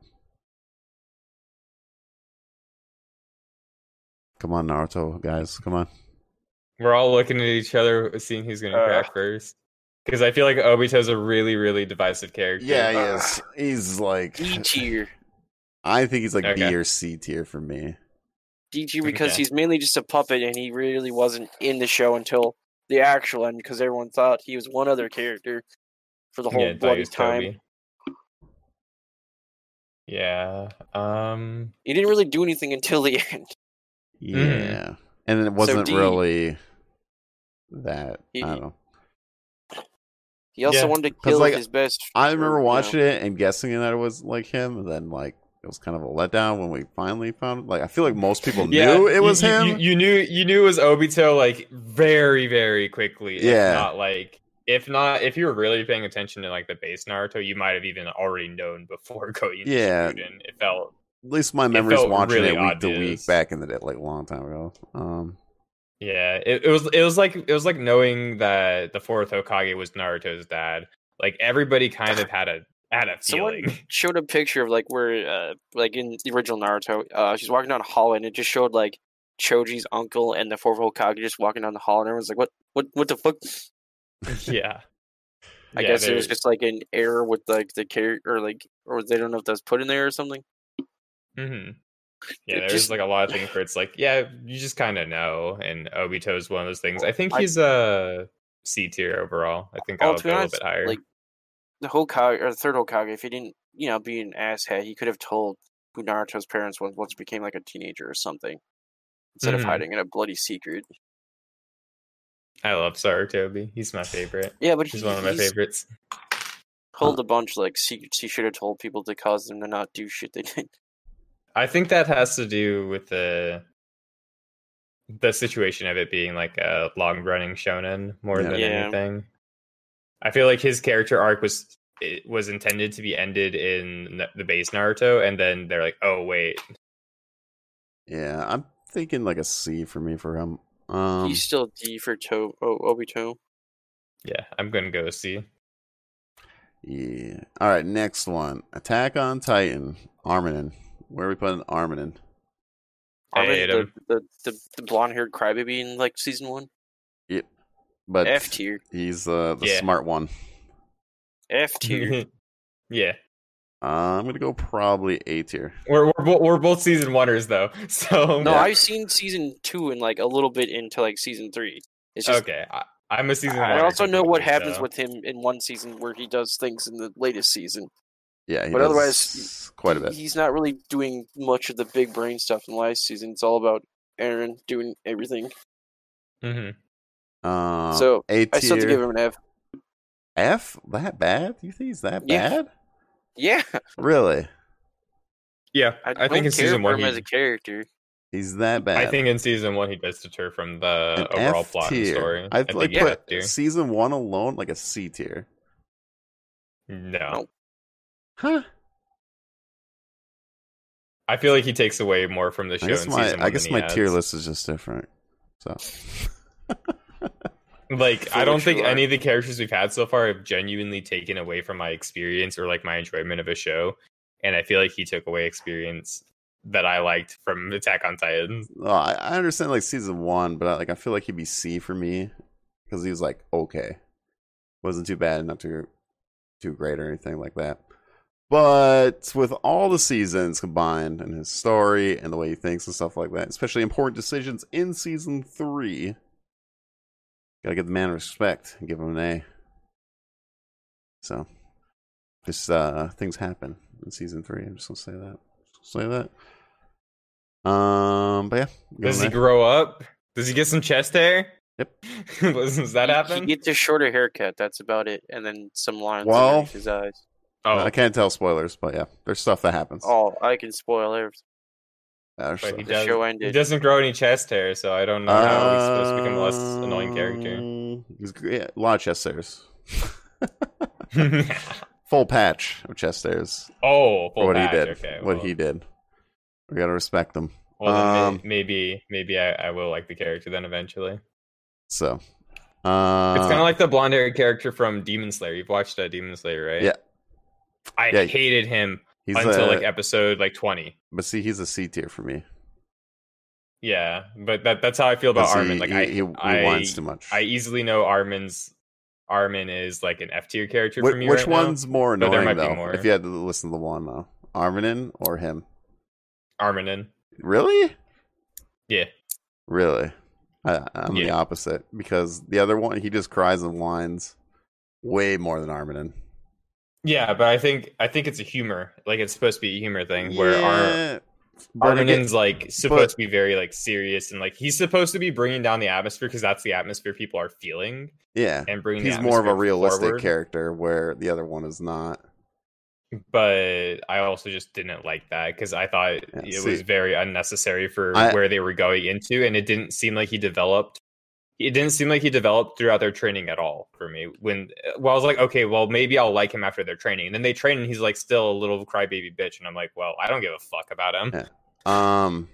S1: Come on, Naruto guys. Come on.
S2: We're all looking at each other, seeing who's going to
S3: Uh.
S2: crack first. Because I feel like Obito's a really, really divisive character.
S3: he
S1: is. He's like. [LAUGHS]
S3: D E tier.
S1: I think he's like
S2: Okay.
S1: B or C tier for me.
S3: D tier because
S2: Okay.
S3: he's mainly just a puppet, and he really wasn't in the show until the actual end, because everyone thought he was one other character for the whole
S2: Yeah, I thought he
S3: bloody
S2: was
S3: time.
S2: Toby. Yeah. Um.
S3: He didn't really do anything until the [LAUGHS] end.
S2: Hmm.
S1: Yeah, and it wasn't
S3: D.
S1: really that. I
S3: He-
S1: don't know.
S3: He also
S2: Yeah.
S3: wanted to
S1: 'Cause,
S3: kill
S1: like,
S3: his best.
S1: I
S3: or,
S1: remember
S3: you know,
S1: watching it and guessing that it was like him, and then like it was kind of a letdown when we finally found. Like I feel like most people
S2: [LAUGHS] Yeah,
S1: knew it
S2: you-
S1: was
S2: you,
S1: him.
S2: You, you knew you knew it was Obito like very very quickly.
S1: Yeah.
S2: If not like if not if you were really paying attention to like the base Naruto, you might have even already known before [LAUGHS] going. into
S1: Yeah.
S2: Shippuden. It felt
S1: at least my memory is
S2: felt
S1: watching
S2: really
S1: it week to week
S2: obvious.
S1: back in the day, like a long time ago. Um,
S2: yeah. It, it was it was like it was like knowing that the fourth Hokage was Naruto's dad. Like everybody kind of had a had a
S3: Someone-
S2: feeling. [LAUGHS]
S1: [LAUGHS]
S3: showed a picture of like where uh like in the original Naruto, uh she's walking down a hall and it just showed like Choji's uncle and the fourth Hokage just walking down the hall and everyone's like, What what what the fuck?
S2: yeah.
S3: I
S2: Yeah,
S3: guess it was
S2: there-
S3: just like an error with like the character or like or they don't know if that's put in there or something.
S2: mhm. yeah,
S3: It
S2: there's
S3: just-
S2: like a lot of things where it's like, yeah, you just kind of know. And Obito is one of those things. I think
S3: I-
S2: he's a C tier overall. I think I'll
S3: to
S2: go
S3: be
S2: a little
S3: honest,
S2: bit higher.
S3: like the Hokage or the third Hokage, if he didn't, you know, be an asshat, he could have told who Naruto's parents was once he became like a teenager or something, instead
S2: Mhm.
S3: of hiding in a bloody secret.
S2: I love Sarutobi. He's my favorite.
S3: Yeah, but he,
S2: He's one of my
S3: he's
S2: favorites.
S3: pulled a bunch like secrets he should have told people to cause them to not do shit they did.
S2: I think that has to do with the the situation of it being like a long running shonen more
S1: Yeah.
S2: than
S3: Yeah.
S2: anything. I feel like his character arc was it was intended to be ended in Na- the base Naruto, and then they're like, "Oh wait,
S1: Yeah, I'm thinking like a C for me for him. Um,
S3: [LAUGHS] he's still D for To oh, Obito.
S2: yeah, I'm gonna go see."
S1: yeah. All right, next one. Attack on Titan. Arminen. Where are we putting Arminen?
S2: I
S3: Armin,
S2: hate
S3: the,
S2: him.
S3: the, the, the blonde haired crybaby in like season one.
S1: But
S3: F tier.
S1: he's uh, the
S2: Yeah.
S1: smart one.
S3: F tier.
S2: [LAUGHS] yeah,
S1: Uh, I'm gonna go probably A tier.
S2: we're we're, bo- we're both season oneers though, [LAUGHS] so
S3: no,
S1: Yeah.
S3: I've seen season two and like a little bit into like season three. It's just
S2: okay. I, I'm a season.
S3: I
S2: oneer
S3: also know what
S2: completely,
S3: happens
S2: so-
S3: with him in one season where he does things in the latest season.
S1: Yeah, he
S3: But
S1: does
S3: otherwise,
S1: quite a bit.
S3: He's not really doing much of the big brain stuff in last season. It's all about Aaron doing everything.
S2: Mhm.
S1: Um,
S3: so,
S1: A tier.
S3: I still have to give him an F.
S1: F. That bad? You think he's that
S3: Yeah.
S1: bad?
S3: Yeah,
S1: Really?
S2: Yeah,
S3: I,
S2: I,
S3: don't
S2: think in
S3: care
S2: season
S3: for
S2: one
S3: him
S2: he
S3: as a character.
S1: He's that bad?
S2: I think in season one he does deter from the
S1: An
S2: overall
S1: F
S2: plot and
S1: tier.
S2: story.
S1: I'd
S2: think
S1: like
S2: he's
S1: put
S2: F tier.
S1: season one alone like a C tier.
S2: no.
S1: Huh?
S2: I feel like he takes away more from the show.
S1: I guess
S2: in
S1: my
S2: season
S1: I
S2: one
S1: guess
S2: than
S1: my
S2: he
S1: tier
S2: adds.
S1: list is just different. So [LAUGHS]
S2: Like
S3: For
S2: I
S3: what
S2: don't
S3: you
S2: think
S3: are.
S2: any of the characters we've had so far have genuinely taken away from my experience or like my enjoyment of a show, and I feel like he took away experience that I liked from Attack on Titan.
S1: well, Oh, I, I understand like season one, but I, like I feel like he'd be C for me because he was like okay, wasn't too bad, not too too great or anything like that. But with all the seasons combined and his story and the way he thinks and stuff like that, especially important decisions in season three, gotta give the man respect and give him an A. So, just uh, things happen in season three. I'm just gonna say that. Just gonna say that. Um, but yeah, go
S2: Does he
S1: there.
S2: grow up? Does he get some chest hair?
S1: Yep.
S2: [LAUGHS] Does does that
S3: He-
S2: happen?
S3: He gets a shorter haircut. That's about it, and then some lines
S1: Well-
S3: underneath his eyes.
S2: oh,
S1: I can't tell spoilers, but yeah, there's stuff that happens.
S3: Oh, I can spoil everything.
S1: There's
S2: but he
S1: stuff.
S3: The
S2: does.
S3: show
S2: He
S3: ended.
S2: doesn't grow any chest hair, so I don't know how he's supposed to become a less annoying character.
S1: Um, uh, he's gr- yeah, a lot of chest hairs. [LAUGHS] Full patch of chest hairs.
S2: [LAUGHS] oh,
S1: for
S2: full
S1: Um, what
S2: patch.
S1: he did.
S2: Okay,
S1: what
S2: well,
S1: he did. We gotta respect him.
S2: Well, then may-
S1: Um,
S2: maybe maybe I, I will like the character then eventually.
S1: So, uh,
S2: it's kind of like the blonde haired character from Demon Slayer. You've watched uh, Demon Slayer, right?
S1: Yeah.
S2: I
S1: Yeah.
S2: hated him
S1: he's uh,
S2: until
S1: a,
S2: like episode like twenty.
S1: but see, he's a C tier for me.
S2: Yeah, but that that's how I feel about
S1: Because he-
S2: Armin. Like
S1: he,
S2: I
S1: he, he
S2: I,
S1: whines too much.
S2: I easily know Armin's Armin is like an F tier character
S1: Wh-
S2: for me.
S1: which
S2: right now.
S1: one's more
S2: But there
S1: annoying
S2: might be
S1: though?
S2: more.
S1: If you had to listen to the one though, Arminen or him?
S2: Arminen.
S1: Really?
S2: Yeah.
S1: Really? I, I'm the
S2: Yeah.
S1: opposite because the other one he just cries and whines way more than Arminen.
S2: Yeah, but I think I think it's a humor. Like it's supposed to be a humor thing where Ar-
S1: Yeah, but again-
S2: Arminen's like supposed
S1: but-
S2: to be very like serious and like he's supposed to be bringing down the atmosphere because that's the atmosphere people are feeling
S1: yeah,
S2: and bringing. the
S1: he's more of a
S2: atmosphere
S1: realistic
S2: forward.
S1: character where the other one is not.
S2: But I also just didn't like that because I thought it
S1: Yeah,
S2: was
S1: see.
S2: very unnecessary for
S1: I-
S2: where they were going into, and it didn't seem like he developed. It didn't seem like he developed throughout their training at all for me. When eh, well, I was like, okay, well, maybe I'll like him after their training. And then they train, and he's like still a little crybaby bitch, and I'm like, well, I don't give a fuck about him.
S1: Yeah. Um,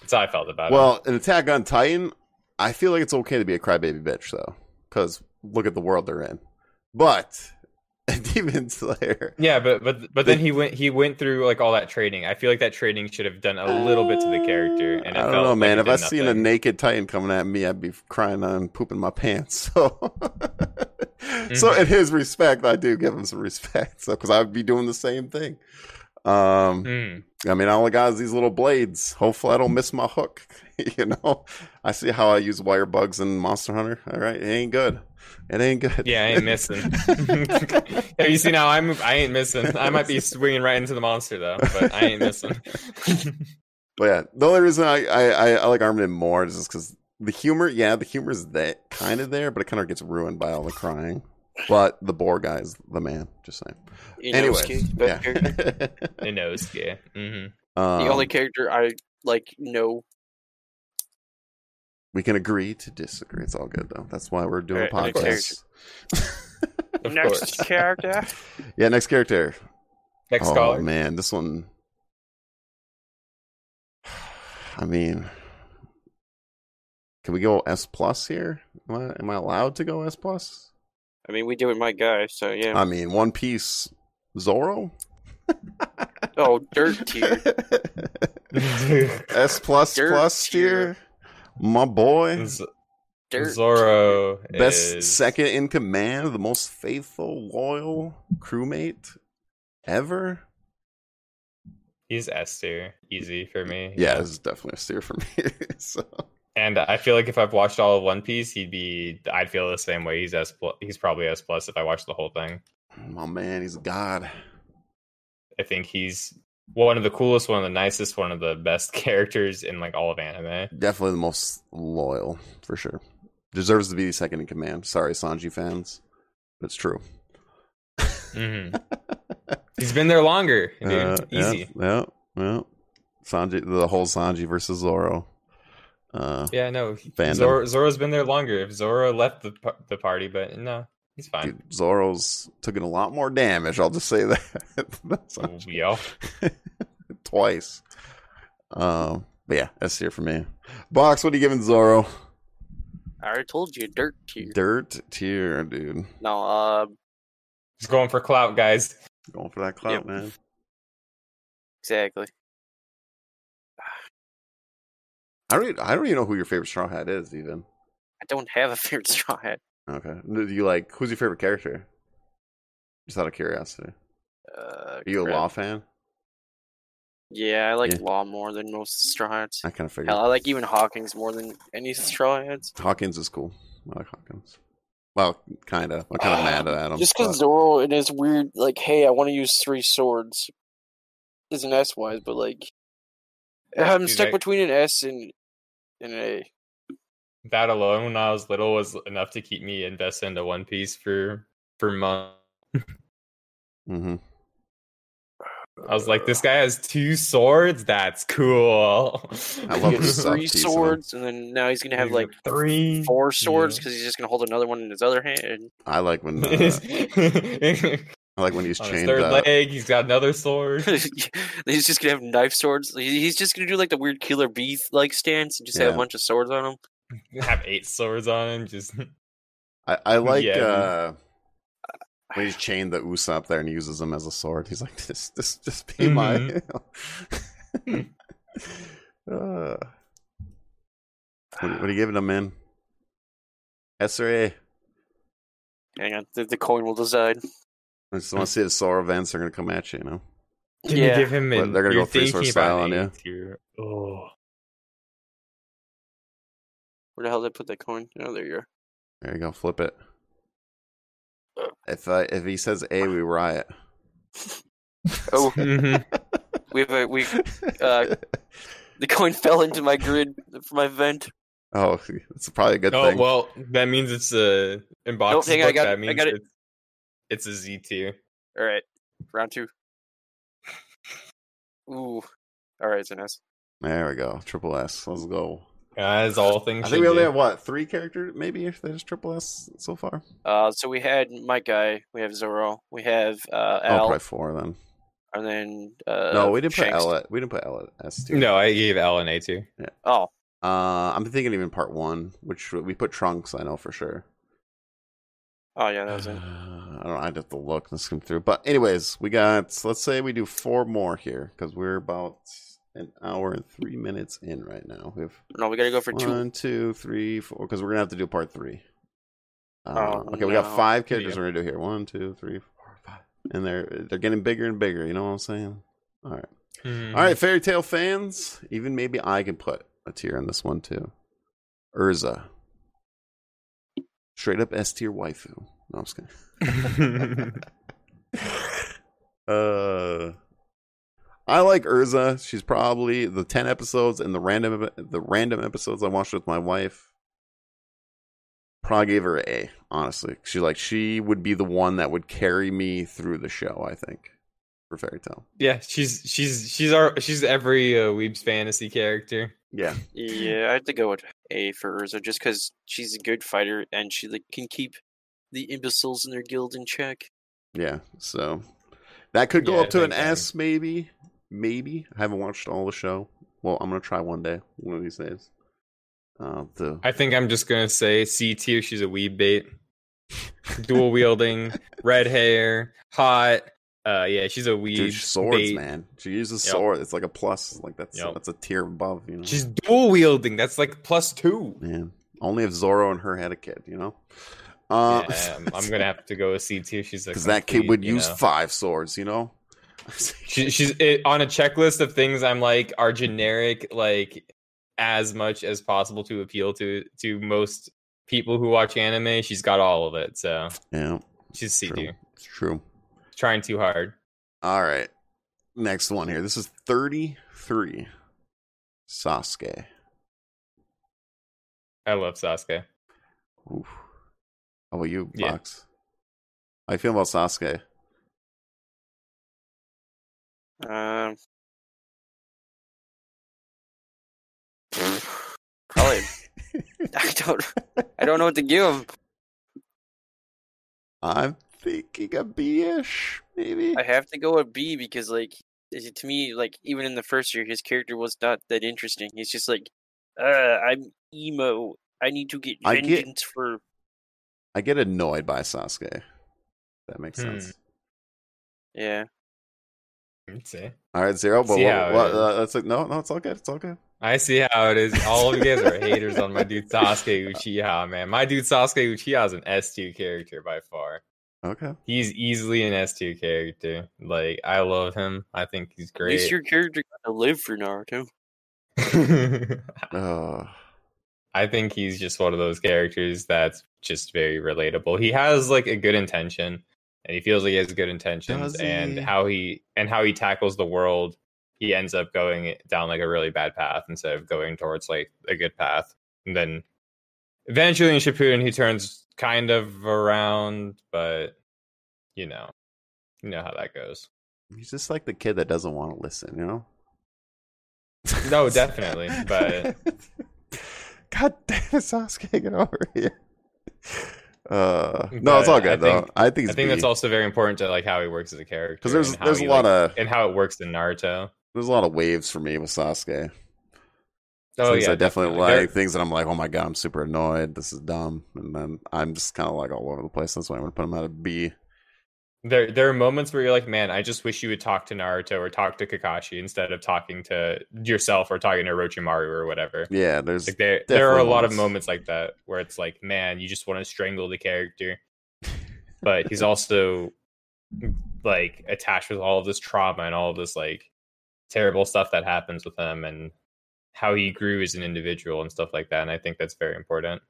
S2: That's how I felt about it.
S1: well, in Attack on Titan, I feel like it's okay to be a crybaby bitch though, because look at the world they're in. But [LAUGHS] Demon Slayer,
S2: Yeah, but but but then he went he went through like all that training. I feel like that training should have done a little bit to the character. And it
S1: I don't
S2: felt
S1: know,
S2: like
S1: man.
S2: it
S1: if
S2: did
S1: I seen a
S2: nothing.
S1: naked Titan coming at me, I'd be crying and pooping my pants. [LAUGHS] So,
S2: Mm-hmm.
S1: so in his respect, I do give him some respect. So, because I'd be doing the same thing. Um,
S2: Hmm.
S1: I mean, all I got is these little blades. Hopefully, I don't miss my hook. [LAUGHS] you know, I see how I use wire bugs in Monster Hunter. All right, it ain't good. It ain't good.
S2: Yeah, I ain't missing. [LAUGHS] Have you seen how I'm? I ain't missing. I might be swinging right into the monster though, but I ain't missing. [LAUGHS]
S1: But yeah, the only reason I I, I, I like Armin more is just because the humor. Yeah, the humor is that kind of there, but it kind of gets ruined by all the crying. But the boar guy is the man. Just saying.
S3: You know,
S1: Anyway,
S3: Ski, but [LAUGHS]
S1: yeah. [LAUGHS]
S3: you're-
S2: it knows. Yeah. hmm
S1: um,
S3: the only character I like know.
S1: we can agree to disagree. It's all good though. That's why we're doing a
S3: All right,
S1: podcast.
S3: next
S2: Of course.
S3: character.
S1: Yeah, next character.
S2: Next
S1: oh
S2: caller. [LAUGHS]
S1: man, this one. I mean, can we go S plus here? Am I, am I allowed to go S plus?
S3: I mean, we do it, my guy. So yeah.
S1: I mean, One Piece, Zoro.
S3: oh, dirt
S2: [LAUGHS]
S3: tier.
S1: [LAUGHS] S plus
S3: Dirt
S1: plus
S3: tier.
S1: tier. My boy,
S2: Z-
S3: Dirt.
S2: Zoro
S1: best
S2: is-
S1: second in command, the most faithful, loyal crewmate ever.
S2: He's S tier, easy for me.
S1: Yeah, this is definitely a steer for me. [LAUGHS] so,
S2: And I feel like if I've watched all of One Piece, he'd be. I'd feel the same way. He's S. Plus, he's probably S plus if I watched the whole thing.
S1: my man, he's a god.
S2: I think he's one of the coolest, one of the nicest, one of the best [LAUGHS] characters in like all of anime.
S1: Definitely the most loyal, for sure. Deserves to be second in command. Sorry, Sanji fans. That's true.
S2: hmm he's been there longer, dude.
S1: Uh, yeah,
S2: Easy.
S1: Yeah, yeah. Sanji, the whole Sanji versus Zoro. Uh,
S2: Yeah, no.
S1: Fandom.
S2: Zoro, Zoro's been there longer. If Zoro left the par- the party, but no, he's fine.
S1: dude, Zoro's taking a lot more damage. I'll just say [LAUGHS] that. That's
S2: So we all
S1: [LAUGHS] twice. Um, but yeah, that's here for me. Box, what are you giving Zoro?
S3: I already told you, dirt tier.
S1: Dirt tier, dude.
S3: No, uh,
S2: just going for clout, guys.
S1: Going for that clout,
S3: Yep.
S1: man.
S3: exactly.
S1: I don't. Even, I don't even know who your favorite Straw Hat is, even.
S3: I don't have a [LAUGHS] favorite straw hat.
S1: Okay. Do you like who's your favorite character? Just out of curiosity.
S3: Uh,
S1: Are you a
S3: crap.
S1: Law fan?
S3: Yeah, I like
S1: Yeah.
S3: Law more than most straw hats.
S1: I kind of figured.
S3: Hell, I like even Hawkins more than any [LAUGHS] straw hats.
S1: Hawkins is cool. I like Hawkins. Well, kind of. I'm kind of mad at him.
S3: Just
S1: but-
S3: because Zoro and his weird, like, hey, I want to use three swords, is an S wise, but like, I'm
S2: Dude,
S3: stuck
S2: I-
S3: between an S and and an A.
S2: That alone, when I was little, was enough to keep me invested into One Piece for for months.
S1: Mhm.
S2: I was like, this guy has two swords. That's cool.
S1: I
S3: He
S2: [LAUGHS]
S1: love
S3: gets
S1: this
S3: three
S1: soft teasing.
S3: swords, and then now he's gonna have
S2: He's
S3: like
S2: got three
S3: four swords
S2: yeah.
S3: because he's just gonna hold another one in his other hand.
S1: I like
S2: [LAUGHS]
S1: when uh, I like when he's
S2: On his
S1: chained uh,
S2: third
S1: up.
S2: leg, he's got another sword.
S3: [LAUGHS] he's just gonna have knife swords. He- He's just gonna do like the weird Killer Bee like stance and just have
S1: Yeah.
S3: a bunch of swords on him.
S2: have eight swords on him. Just
S1: I, I like
S2: Yeah, dude.
S1: uh, when he's chained the Usopp there and he uses him as a sword. He's like, this, this, just
S2: Mm-hmm.
S1: be
S2: [LAUGHS]
S1: my. [LAUGHS] uh, what, what are you giving him, man? S or A?
S3: Hang on, the, the coin will decide.
S1: I just want to see the Sora events are going to come at you, you know?
S2: can
S3: Yeah.
S2: you give him?
S1: Well,
S2: An,
S1: they're gonna go
S2: you're
S1: three sword
S2: thinking about
S1: style on
S2: an
S1: you.
S2: eight tier.
S1: [LAUGHS]
S2: Oh,
S3: Where the hell did I put that coin? Oh, there you are.
S1: There you go, flip it. If I, if he says A, we riot.
S3: Oh,
S2: Mhm.
S3: we
S1: [LAUGHS]
S3: have a we. Uh, the coin fell into my grid for my vent.
S1: oh, it's probably a good
S2: oh
S1: thing.
S2: well, that means it's a in box.
S3: hang on, I got it, I
S2: that means
S3: got it.
S2: It's, it's a Z tier.
S3: All right, round two. Ooh, all right, it's an S.
S1: There we go, triple S. Let's go.
S2: As all things.
S1: I
S2: should
S1: think we only
S2: be.
S1: have what three characters, maybe if there's triple S so far.
S3: Uh, so we had my guy. We have Zoro. We have uh,
S1: Oh,
S3: Al,
S1: probably four then.
S3: and then uh,
S1: no, we didn't put
S3: Shanks.
S1: L. At, we didn't put L at S tier.
S2: No, I gave L an A tier.
S3: Oh,
S1: uh, I'm thinking even part one, which we put Trunks. I know for sure. Uh,
S3: oh yeah,
S1: I
S3: that was
S1: don't.
S3: it.
S1: know, I'd have to look and skim through. But anyways, we got. Let's say we do four more here because we're about an hour and three minutes in right now. We have
S3: No, we gotta go for two.
S1: one, two, three, four. Because we're gonna have to do part three. Uh,
S3: Oh,
S1: okay, we got
S3: no.
S1: five characters
S2: Yeah.
S1: we're gonna do here. One, two, three, four, five. And they're they're getting bigger and bigger. You know what I'm saying? All right.
S2: Hmm.
S3: Mm-hmm.
S1: All
S2: [LAUGHS]
S1: right, [LAUGHS] fairy tale fans. Even maybe I can put a tier on this one too. Urza, straight up S tier waifu. No, I'm just kidding. [LAUGHS] Uh, I like Urza. She's probably the ten episodes and the random the random episodes I watched with my wife. Probably gave her an A. Honestly, she like she would be the one that would carry me through the show. I think for fairy tale.
S2: yeah, she's she's she's our she's every uh, Weeb's fantasy character.
S1: Yeah,
S3: Yeah, I have to go with A for Urza just because she's a good fighter and she like can keep the imbeciles in their guild in check.
S1: yeah. So that could go
S2: Yeah,
S1: up to
S2: I
S1: an
S2: think, um,
S1: S, maybe. Maybe I haven't watched all the show. Well, I'm gonna try one day, one of these days. Uh, the
S2: I think I'm just gonna say C tier. She's a weeb bait,
S1: [LAUGHS]
S2: dual wielding, red hair, hot. Uh, yeah, she's a weeb.
S1: Dude, she swords,
S2: bait.
S1: man. She uses
S2: Yep.
S1: sword. It's like a plus. Like that's
S2: Yep.
S1: that's a tier above, you know.
S2: She's dual wielding. That's like plus two.
S1: man. Only if Zoro and her had a kid, you know. Uh,
S2: yeah, I'm-
S1: [LAUGHS]
S2: I'm gonna have to go with C tier. She's
S1: because that kid would use
S2: Know.
S1: five swords, you know. [LAUGHS]
S2: She, she's it, on a checklist of things I'm like are generic, like as much as possible to appeal to to most people who watch anime. She's got all of it, so
S1: yeah,
S2: she's C
S1: true.
S2: tier.
S1: It's true.
S2: Trying too hard.
S1: All right, next one here. This is thirty-three. Sasuke.
S2: I love Sasuke.
S1: Oof. How about you,
S2: Yeah.
S1: Box? How you feel about Sasuke?
S3: Um, probably. [LAUGHS] I don't. [LAUGHS] I don't know what to give him.
S1: I'm thinking a B-ish, maybe.
S3: I have to go with B because, like, is it- to me, like, even in the first year, his character was not that interesting. He's just like, uh, I'm emo. I need to get
S1: I get-
S3: vengeance for.
S1: I get annoyed by Sasuke. If That makes
S2: Hmm.
S1: sense.
S3: Yeah.
S2: I'd say.
S1: All right, zero. But
S2: See
S1: what,
S2: how it
S1: what,
S2: is.
S1: uh, that's like no, no, it's all good. It's all good.
S2: I see how it is. All of you guys are haters on my dude
S1: [LAUGHS]
S2: Sasuke Uchiha, man. My dude Sasuke Uchiha is an S tier character by far. [LAUGHS]
S1: Okay.
S2: He's easily an S tier character. Like I love him. I think he's
S3: At least
S2: great.
S3: your character got to live for Naruto.
S1: Uh,
S2: [LAUGHS] I think he's just one of those characters that's just very relatable. He has like a good intention, and he feels like he has good
S1: Does
S2: intentions. And
S1: he?
S2: how he and how he tackles the world, he ends up going down like a really bad path instead of going towards like a good path. And then eventually in Shippuden, he turns kind of around, but you know, you know how that goes.
S1: he's just like the kid that doesn't want to listen, you know. [LAUGHS]
S2: [LAUGHS] No, definitely, but-
S1: God damn it, Sasuke, get over here. [LAUGHS] Uh, no, it's all
S2: But I
S1: good though.
S2: think-
S1: I think
S2: I
S1: it's
S2: think that's also very important to like how he works as a character.
S1: because there's
S2: and how
S1: there's a
S2: he,
S1: lot
S2: like-
S1: of
S2: and how it works in Naruto.
S1: there's a lot of waves for me with Sasuke.
S2: Oh
S1: things
S2: yeah,
S1: I definitely,
S2: There-
S1: like. Things that I'm like, oh my god, I'm super annoyed. This is dumb, and then I'm just kind of like all over the place. That's why I'm gonna put him at a B.
S2: There, there are moments where you're like, man, I just wish you would talk to Naruto or talk to Kakashi instead of talking to yourself or talking to Orochimaru or whatever.
S1: Yeah, there's
S2: Like there, there are a
S1: definitely
S2: lot of
S1: moments.
S2: moments like that where it's like, man, you just want to strangle the character, but he's also like attached with all of this trauma and all of this like terrible stuff that happens with him and how he grew as an individual and stuff like that. And I think that's very important.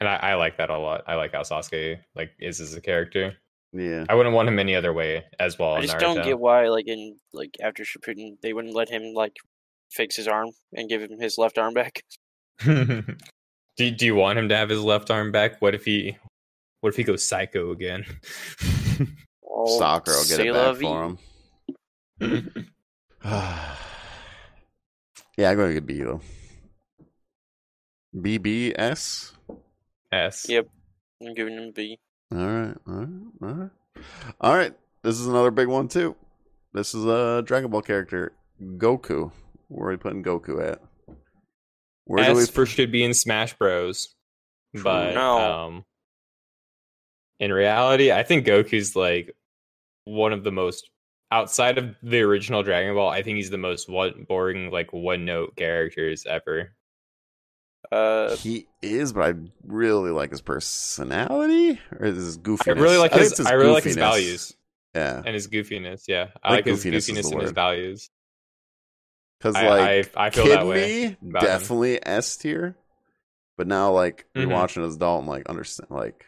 S2: And I, I like that a lot. I like how Sasuke like is as a character.
S1: yeah.
S2: I wouldn't want him any other way as well.
S3: I
S2: in
S3: just don't
S2: Naruto.
S3: get why, like, in like after Shippuden, they wouldn't let him like fix his arm and give him his left arm back. [LAUGHS]
S2: [LAUGHS] do do you want him to have his left arm back? What if he what if he goes psycho again?
S3: Oh,
S1: Soccer will get
S3: c'est
S1: it
S3: la
S1: back
S3: vie.
S1: for him. [SIGHS]
S2: [LAUGHS]
S1: yeah, I'm going to get B though. BBS.
S2: yes.
S3: Yep. I'm giving him a B.
S1: All right, all right, all right, all right. This is another big one too. This is a Dragon Ball character, Goku. Where are we putting Goku at? Where
S2: S for should be in Smash Bros. But
S3: No.
S2: um in reality, I think Goku's like one of the most outside of the original Dragon Ball, I think he's the most one boring, like one note characters ever.
S3: Uh,
S1: he is, but I really like his personality or is his goofiness.
S2: I really like
S1: think
S2: his
S1: it's his
S2: I really like his
S1: goofiness.
S2: values.
S1: Yeah,
S2: and his goofiness. Yeah, I,
S1: I think
S2: like his
S1: goofiness is the
S2: goofiness and his
S1: word.
S2: values.
S1: because
S2: I,
S1: like
S2: I, I feel
S1: kid
S2: that way.
S1: me,
S2: about him.
S1: definitely S tier. But now, like
S2: Mhm.
S1: rewatching as an adult, and like understand, like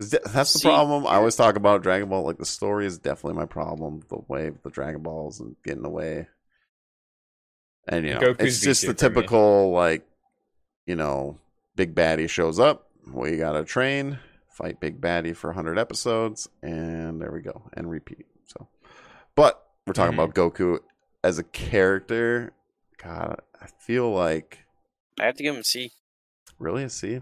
S1: 'cause th- that's the
S3: See,
S1: problem. I
S3: here-
S1: always talk about Dragon Ball. Like the story is definitely my problem. The way the Dragon Balls and getting away, and you know,
S2: Goku's
S1: it's just
S2: V
S1: the
S2: tier for me.
S1: typical like, you know, big baddie shows up. We gotta train, fight big baddie for hundred episodes, and there we go, and repeat. So, but we're talking
S2: Mhm.
S1: about Goku as a character. God, I feel like
S3: I have to give him a C.
S1: really a C.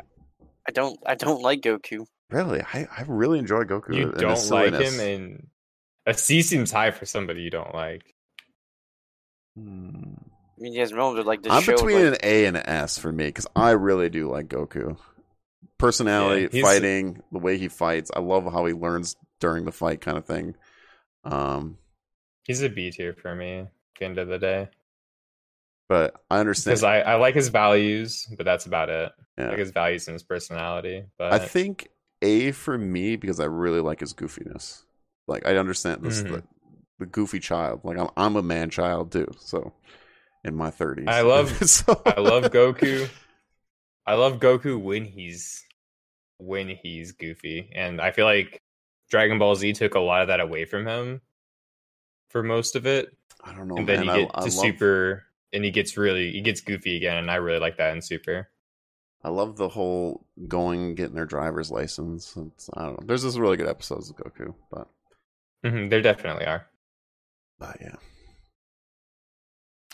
S3: I don't. I don't like Goku.
S1: Really, I, I really enjoy Goku.
S2: You
S1: and his
S2: don't like
S1: silliness.
S2: him, and a C seems high for somebody you don't like.
S1: Hmm.
S3: I mean, Yasmin would like this
S1: I'm
S3: show. is,
S1: between
S3: like,
S1: an A and an S for me because I really do like Goku. Personality,
S2: Yeah, he's-
S1: fighting, the way he fights. I love how he learns during the fight, kind of thing. Um,
S2: He's a B tier for me. At the end of the day,
S1: but I understand.
S2: because I, I like his values, but that's about it.
S1: yeah.
S2: I like his values and his personality. But
S1: I think A for me because I really like his goofiness. Like I understand this
S2: Mhm.
S1: the, the goofy child. Like I'm I'm a man child too. So in my 30s.
S2: I love-
S1: [LAUGHS] so,
S2: I love Goku. I love Goku when he's when he's goofy, and I feel like Dragon Ball Z took a lot of that away from him for most of it,
S1: I don't know.
S2: and then
S1: Oh, man,
S2: you get
S1: I, I
S2: to
S1: love,
S2: Super, and he gets really he gets goofy again, and I really like that in Super.
S1: I love the whole going getting their driver's license. It's, I don't know. There's this really good episodes of Goku, but
S2: Mhm, there definitely are.
S1: but yeah.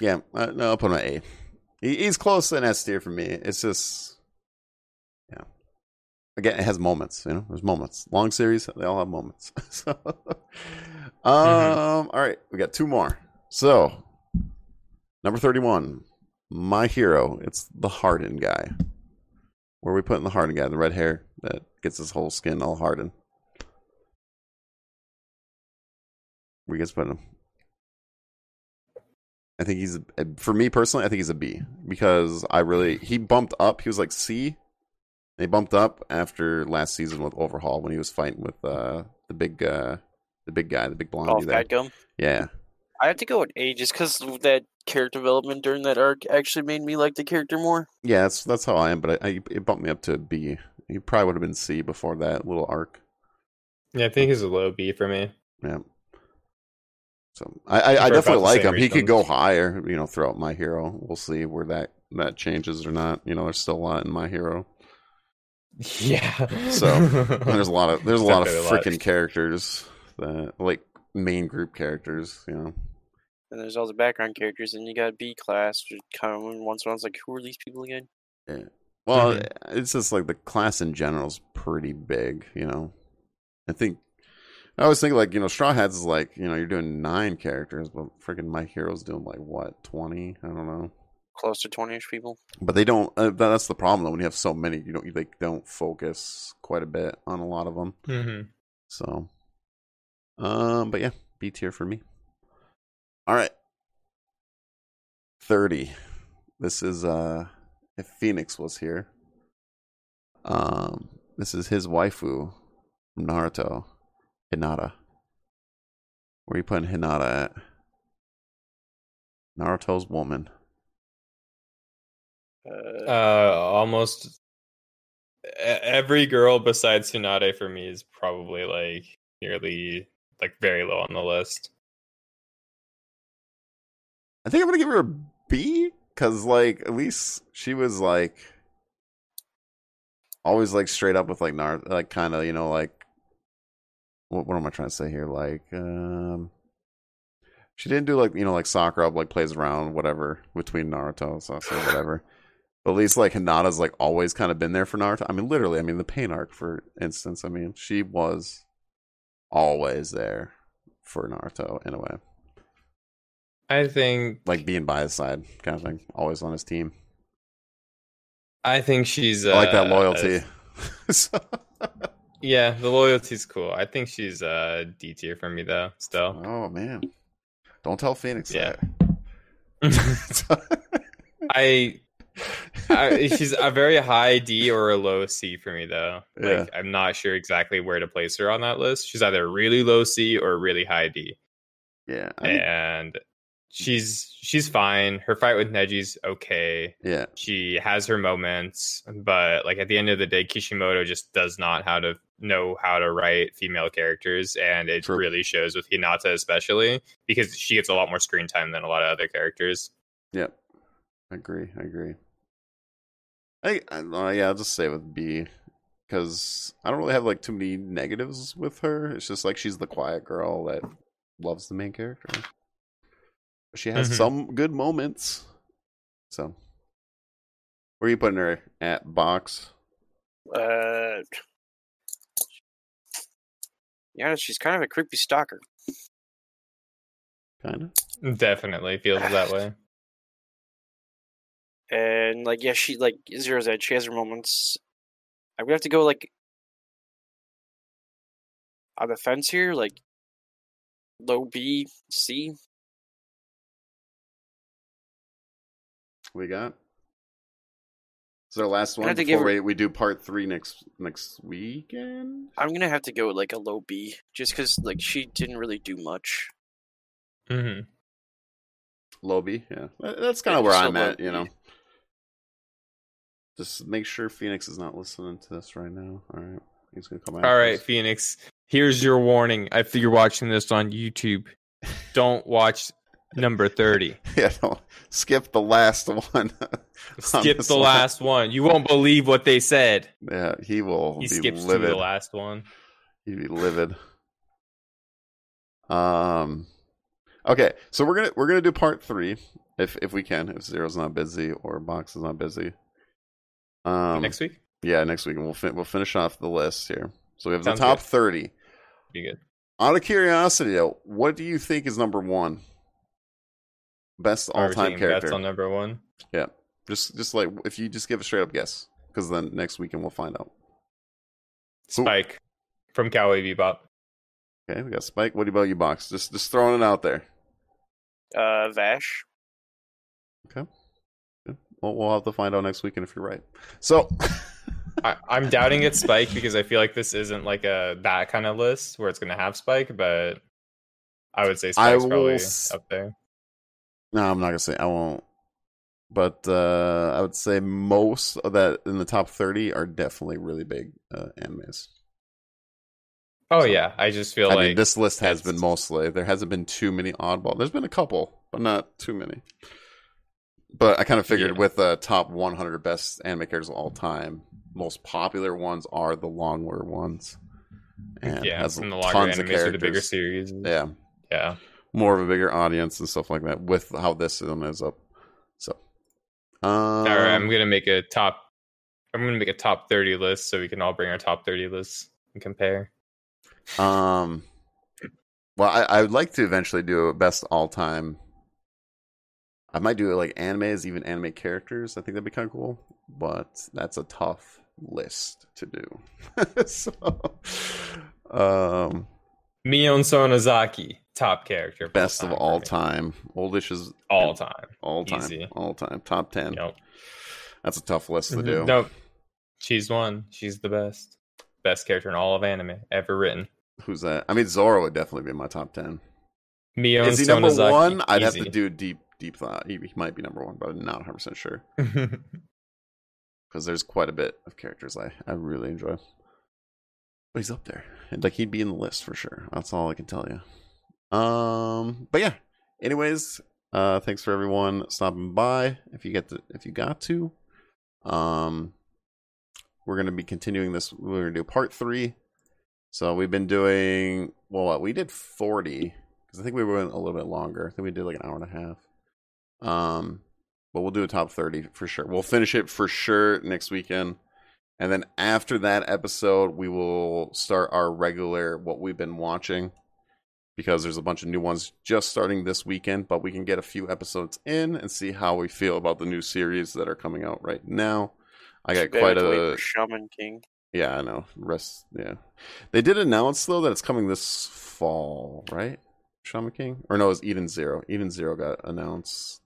S1: Yeah, uh, no, I'll put him at A. He, he's close to an S tier for me. It's just yeah. Again, it has moments, you know. There's moments. Long series, they all have moments. [LAUGHS] so um all right, we got two more. So number 31, my hero, it's the Harden guy. Where are we putting the Harden guy? The red hair that gets his whole skin all hardened. Where you guys putting him? I think he's a- eh, for me personally. I think he's a B because I really he bumped up. He was like C. They bumped up after last season with Overhaul when he was fighting with uh, the big uh, the big guy, the big
S3: all
S1: blondie
S3: of
S1: there.
S3: bad gum.
S1: Yeah,
S3: I have to go with A just because that character development during that arc actually made me like the character more.
S1: yeah, that's that's how I am. But I, I it bumped me up to a B. He probably would have been C before that little arc.
S2: Yeah, I think he's a low B for me.
S1: Yeah. So I I, I
S2: For about
S1: definitely
S2: the
S1: like
S2: same
S1: him. He could go
S2: reasons.
S1: higher. You know, throughout my hero, we'll see where that that changes or not. You know, there's still a lot in my
S2: [LAUGHS]
S1: hero.
S2: Yeah.
S1: So, And [LAUGHS] there's a lot of there's a
S2: Except
S1: lot of
S2: for the
S1: freaking
S2: last.
S1: characters that like main group characters, you know.
S3: And there's all the background characters, and you got B class, which kind of once in a while, I was like, who are these people again?
S1: Well,
S2: Mm-hmm.
S1: it's just like the class in general is pretty big, you know. I think I always think like you know Straw Hats is like you know you're doing nine characters, but freaking My Hero's doing like what twenty? I don't know.
S3: Close to 20 ish people.
S1: But they don't. Uh, that- that's the problem though. When you have so many, you don't they don't focus quite a bit on a lot of them.
S2: hmm
S1: So, um, but yeah, B tier for me. All right, thirty. This is uh, if Phoenix was here. Um, this is his waifu, from Naruto, Hinata. Where are you putting Hinata at? Naruto's woman.
S3: Uh,
S2: Uh, almost e- every girl besides Tsunade for me is probably like nearly like very low on the list.
S1: I think I'm gonna give her a B because like at least she was like always like straight up with like Nar like kind of you know like what what am I trying to say here like um she didn't do like you know like Sakura like plays around whatever between Naruto so so whatever. But at least like Hinata's like always kind of been there for Naruto. I mean literally, I mean the pain arc for instance, I mean she was always there for Naruto in a way
S2: I think
S1: like being by his side kind of thing always on his team
S2: I think she's
S1: i like that
S2: uh,
S1: loyalty [LAUGHS] So-
S2: yeah, the loyalty's cool. I think she's uh D tier for me though. Still,
S1: oh man don't tell phoenix [LAUGHS]
S2: Yeah.
S1: that
S2: I I I, she's a very high D or a low C for me, though.
S1: Yeah.
S2: Like, I'm not sure exactly where to place her on that list. She's either really low C or really high D,
S1: Yeah. I think-
S2: and she's she's fine. Her fight with Neji's okay.
S1: yeah.
S2: She has her moments, but like at the end of the day, Kishimoto just does not how to know how to write female characters, and it
S1: True.
S2: really shows with Hinata especially because she gets a lot more screen time than a lot of other characters.
S1: Yep. Agree. Agree. I, I uh, yeah, I'll just say with B because I don't really have like too many negatives with her. It's just like she's the quiet girl that loves the main character. She has
S2: Mhm.
S1: some good moments. So, where are you putting her at box?
S3: Uh, yeah, she's kind of a creepy stalker.
S1: Kind of.
S2: Definitely feels
S1: [SIGHS]
S2: that way.
S3: And like, yeah, she like zero's edge. She has her moments. I'm gonna have to go like on the fence here, like low B C.
S1: We got. It's our last
S3: I
S1: one
S3: had to
S1: before
S3: give her-
S1: we, we do part three next next weekend.
S3: I'm gonna have to go with, like a low B, just because like she didn't really do much.
S2: hmm
S1: Lobby, yeah. That- That's kind of
S3: Yeah,
S1: where
S3: so
S1: I'm at, you [LAUGHS]
S3: Lobby.
S1: know. Just make sure Phoenix is not listening to this right now. All right, he's gonna come out.
S2: All right, Phoenix. Here's your warning. If you're watching this on YouTube, don't watch
S1: [LAUGHS]
S2: number thirty.
S1: yeah, no, skip the last one. [LAUGHS]
S2: Skip
S1: this
S2: the
S1: one.
S2: last one. You won't believe what they said.
S1: yeah, he will
S2: He
S1: be
S2: skips through
S1: livid.
S2: the last one.
S1: He'd be livid. Um, okay, so we're gonna we're gonna do part three if if we can if Zero's not busy or Box is not busy. Um,
S2: Next week,
S1: yeah, next week and we'll fin- we'll finish off the list here. So we have
S2: Sounds
S1: the top
S2: good.
S1: thirty.
S2: be good.
S1: Out of curiosity, though, what do you think is number one? Best all
S2: Harvey
S1: time
S2: Dean,
S1: character.
S2: That's on number one.
S1: yeah, just just like if you just give a straight up guess, because then next weekend we'll find out. Who-
S2: Spike from Cowboy Bebop.
S1: Okay, we got Spike. What about you, Box? Just just throwing it out there.
S3: Uh, Vash.
S1: We'll, we'll have to find out next weekend if you're right. So, [CLEARS THROAT]
S2: I, I'm doubting it's Spike because I feel like this isn't like a that kind of list where it's gonna have Spike, but I would say
S1: I
S2: Spike's
S1: will
S2: probably
S1: s-
S2: up there.
S1: no, I'm not gonna say I won't. But uh, I would say most of that in the top 30 are definitely really big uh, animes.
S2: Oh
S1: So-
S2: yeah, I just feel
S1: I
S2: like
S1: mean, this list has
S2: that's-
S1: been mostly. There hasn't been too many oddball. There's been a couple, but not too many. But I kind of figured
S2: Yeah.
S1: with the top 100 best anime characters of all time, most popular ones are the longer ones. And
S2: yeah,
S1: has
S2: from the longer
S1: tons of
S2: animes to the bigger
S1: characters.
S2: series.
S1: yeah,
S2: yeah.
S1: more of a bigger audience and stuff like that. With how this one is up, so. Um, all
S2: All right, I'm gonna make a top. I'm gonna make a top thirty list so we can all bring our top thirty lists and compare.
S1: Um, well, I, I would like to eventually do a best all time. I might do like animes, even anime characters. I think that'd be kind of cool, but that's a tough list to do. [LAUGHS] so, um,
S2: Mion Sonozaki, top character, of
S1: best of
S2: for
S1: all
S2: me.
S1: time. Oldish is
S2: all time.
S1: all time,
S2: Easy.
S1: all time, top ten.
S2: Yep.
S1: That's a tough list
S3: Mm-hmm.
S1: to do.
S2: Mhm. Nope. She's one. She's the best. Best character in all of anime ever written.
S1: Who's that? I mean, Zoro would definitely be in my top ten.
S2: Mion
S1: is he number
S2: Sonozaki,
S1: one? I'd have
S2: uh, e easy.
S1: to do deep, deep thought. He, he might be number one, but I'm not 100 percent sure. because there's quite a bit of characters I, I really enjoy. But he's up there. And like he'd be in the list for sure. That's all I can tell you. Um but yeah. Anyways, uh thanks for everyone stopping by if you get to if you got to. Um we're gonna be continuing this we're gonna do part three. So we've been doing well what we did forty because I think we went a little bit longer. I think we did like an hour and a half. Um but we'll do a top 30 for sure. We'll finish it for sure next weekend. And then after that episode, we will start our regular what we've been watching because there's a bunch of new ones just starting this weekend, but we can get a few episodes in and see how we feel about the new series that are coming out right now. I got
S3: Too bad
S1: quite
S3: had to wait
S1: a
S3: for Shaman King.
S1: yeah, I know. Rest yeah. They did announce though that it's coming this fall, right? Shaman King? Or no, it was Eden Zero. Eden Zero got announced.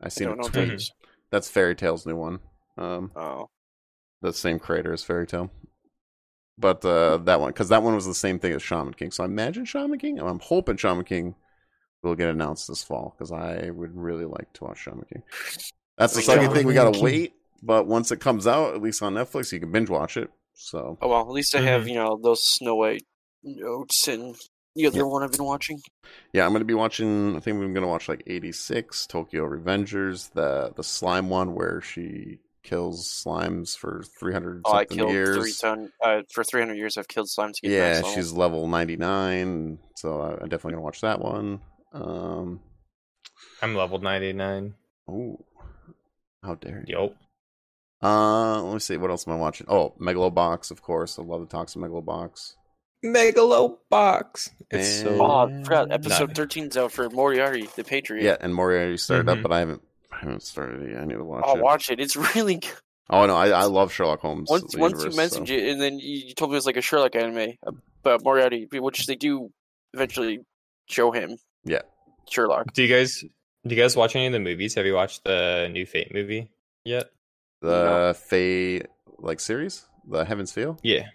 S1: I
S3: I
S1: seen
S3: don't
S1: a
S3: know what
S1: tweet
S2: tweet.
S3: that is.
S1: that's Fairy Tale's new one. Um,
S3: Oh,
S1: the same creator as Fairy Tale. But uh, that one, because that one was the same thing as Shaman King. So I imagine Shaman King. I'm hoping Shaman King will get announced this fall because I would really like to watch Shaman King. That's the second thing we
S4: Shaman
S1: gotta
S4: King.
S1: wait. But once it comes out, at least on Netflix, you can binge watch it. So
S3: oh well. At least I have you know those Snow White notes and the other
S1: Yeah.
S3: one I've been watching.
S1: yeah, I'm gonna be watching. I think I'm gonna watch like 86 Tokyo Revengers, the the slime one where she kills slimes for 300
S3: Oh, I
S1: something
S3: killed
S1: years.
S3: three ton. Uh, for three hundred years, I've killed slime to get
S1: yeah
S3: past level.
S1: she's level 99 so I- i'm definitely gonna watch that one um
S2: [LAUGHS] I'm level 99.
S1: oh how dare you
S2: Yup.
S1: uh let me see what else am i watching oh megalobox of course i love the talks of megalobox
S2: Megalobox. It's so.
S3: Oh, I forgot.
S1: Yeah.
S3: Episode
S2: Nice.
S3: thirteen's out for Moriarty, the Patriot.
S1: yeah and moriarty started
S2: Mhm.
S1: up but i haven't i haven't started it yet. i need to watch
S3: I'll
S1: it
S3: Mm-hmm. Oh, watch it. It's [LAUGHS] really good.
S1: oh no i, I love sherlock holmes
S3: once
S1: the
S3: once you
S1: universe,
S3: mentioned
S1: so-
S3: it, and then you you told me it was like a Sherlock anime uh, about Moriarty, which they do eventually show him.
S1: Yeah.
S3: Sherlock.
S2: Do you guys do you guys watch any of the movies? Have you watched the new Fate movie yet?
S1: the fae like series the heavens feel
S2: Yeah.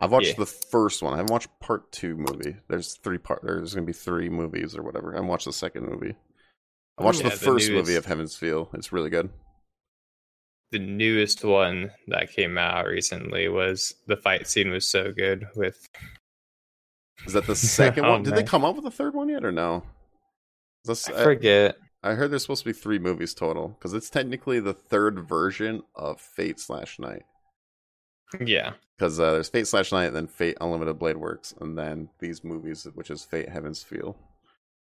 S1: i've watched
S2: Yeah.
S1: the first one i haven't watched part two movie there's three part there's gonna be three movies or whatever i haven't watched the second movie I watched
S2: Yeah,
S1: the
S2: the
S1: first movie
S2: newest.
S1: of Heaven's Feel. It's really good.
S2: The newest one that came out recently was the fight scene was so good with
S1: Is
S2: [LAUGHS]
S1: that the second
S2: Oh,
S1: one? Did they
S2: man.
S1: come up with a third one yet or no? That's-
S2: I
S1: I,
S2: forget.
S1: I heard there's supposed to be three movies total because it's technically the third version of Fate slash Night.
S2: Yeah.
S1: Because uh, there's Fate slash Night, then Fate Unlimited Blade Works, and then these movies, which is Fate Heaven's Feel,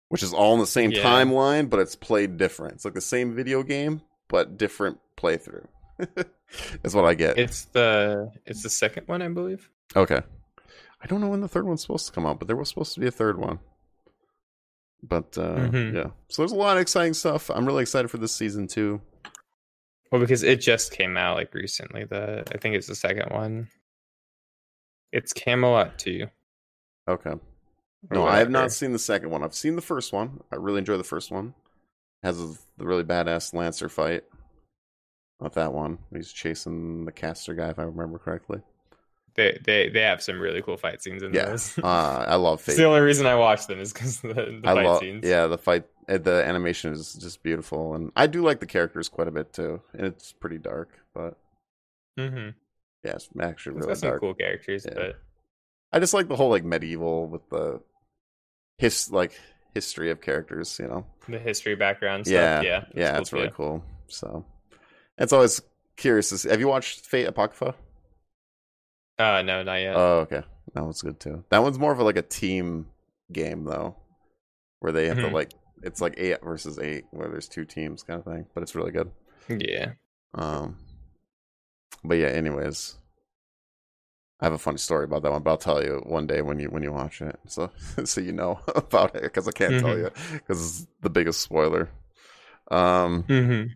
S1: which is all in the same
S2: Yeah.
S1: timeline, but it's played different. It's like the same video game, but different playthrough. [LAUGHS] That's what I get.
S2: It's the it's the second one, I believe.
S1: Okay. I don't know when the third one's supposed to come out, but there was supposed to be a third one. But uh,
S2: Mhm.
S1: yeah, so there's a lot of exciting stuff. I'm really excited for this season too.
S2: Well, because it just came out like recently. The I think it's the second one. It's Camelot 2.
S1: Okay.
S2: or
S1: No, I have
S2: whatever.
S1: not seen the second one. I've seen the first one. I really enjoy the first one. has a, the really badass Lancer fight. Not that one. He's chasing the caster guy, if I remember correctly.
S2: They they they have some really cool fight scenes in
S1: Yeah. [LAUGHS]
S2: this.
S1: Uh, I
S2: [LAUGHS]
S1: love
S2: It's
S1: Fate.
S2: the only reason I watch them is because the, the
S1: I
S2: fight
S1: love,
S2: scenes.
S1: yeah, the fight, uh, the animation is just beautiful, and I do like the characters quite a bit too. And it's pretty dark, but
S2: hmm
S1: yeah, it's actually
S2: It's
S1: really
S2: got some
S1: dark.
S2: cool characters,
S1: Yeah.
S2: but
S1: I just like the whole like medieval with the his like history of characters, you know.
S2: the history background
S1: yeah,
S2: stuff. Yeah,
S1: yeah,
S2: that's
S1: yeah,
S2: cool
S1: it's really
S2: too.
S1: cool. So it's always curious. To see. Have you watched Fate Apocrypha?
S2: Uh, no, not yet.
S1: Oh, okay, that one's good too. That one's more of like a team game though, where they have
S2: Mhm.
S1: to like it's like eight versus eight, where there's two teams kind of thing. But it's really good.
S2: yeah.
S1: Um, but yeah, anyways, I have a funny story about that one, but I'll tell you one day when you when you watch it, so [LAUGHS] so you know about it because I can't tell you because it's the biggest spoiler. Um,
S2: Mm-hmm.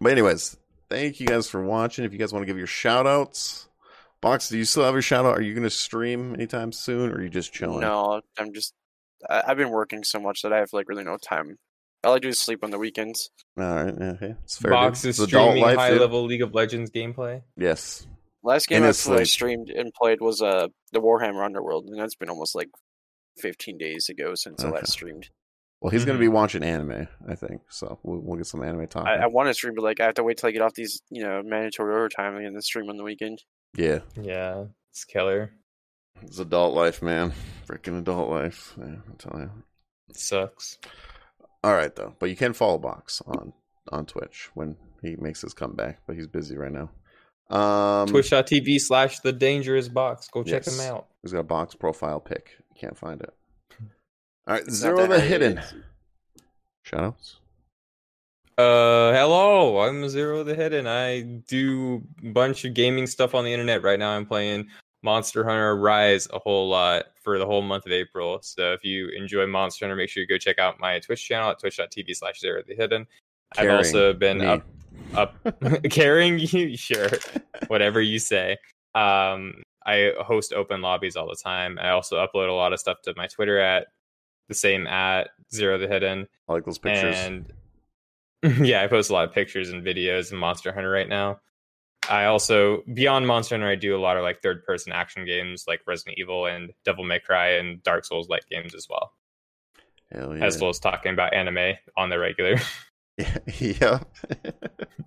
S1: but anyways, thank you guys for watching. If you guys want to give your shout outs, Box, do you still have your shout out? Are you going to stream anytime soon, or are you just chilling?
S3: No, I'm just. I, I've been working so much that I have like really no time. All I do is sleep on the weekends.
S1: All right, yeah, okay, it's fair.
S2: Box
S1: dude.
S2: is
S1: It's adult
S2: streaming
S1: life,
S2: high
S1: dude.
S2: level League of Legends gameplay.
S1: Yes,
S3: Last game
S1: And
S3: I
S1: it's,
S3: fully
S1: like-
S3: streamed and played was uh the Warhammer Underworld, and that's been almost like 15 days ago since I
S1: Okay.
S3: last streamed.
S1: well, he's going to be watching anime, I think. So we'll, we'll get some anime talk.
S3: I, I want to stream, but like I have to wait till I get off these you know mandatory overtime and then stream on the weekend.
S1: yeah,
S2: Yeah, it's killer.
S1: It's adult life, man. Freaking adult life. Yeah, I'm telling you.
S2: It sucks.
S1: All right, though. But you can follow Box on on Twitch when he makes his comeback. But he's busy right now. Um,
S2: Twitch.tv slash the dangerous box. Go check
S1: Yes.
S2: them out.
S1: He's got a box profile pic. You can't find it. [LAUGHS] All right,
S3: It's
S1: zero
S3: not that
S1: the
S3: hard.
S1: hidden. Shoutouts.
S2: Uh, hello. I'm Zero the Hidden. I do a bunch of gaming stuff on the internet right now. I'm playing Monster Hunter Rise a whole lot for the whole month of April. So if you enjoy Monster Hunter, make sure you go check out my Twitch channel at twitch.tv slash Zero the Hidden. I've
S1: Carrying
S2: also been
S1: me.
S2: up [LAUGHS] up carrying you sure whatever you say um i host open lobbies all the time i also upload a lot of stuff to my twitter at the same at zero the hidden
S1: I like those pictures.
S2: and [LAUGHS] yeah, I post a lot of pictures and videos in Monster Hunter right now. I also beyond Monster Hunter, I do a lot of like third person action games like Resident Evil and Devil May Cry and Dark Souls like games as well.
S1: Hell yeah.
S2: As well as talking about anime on
S1: [LAUGHS]
S2: the regular. [LAUGHS]
S1: yeah.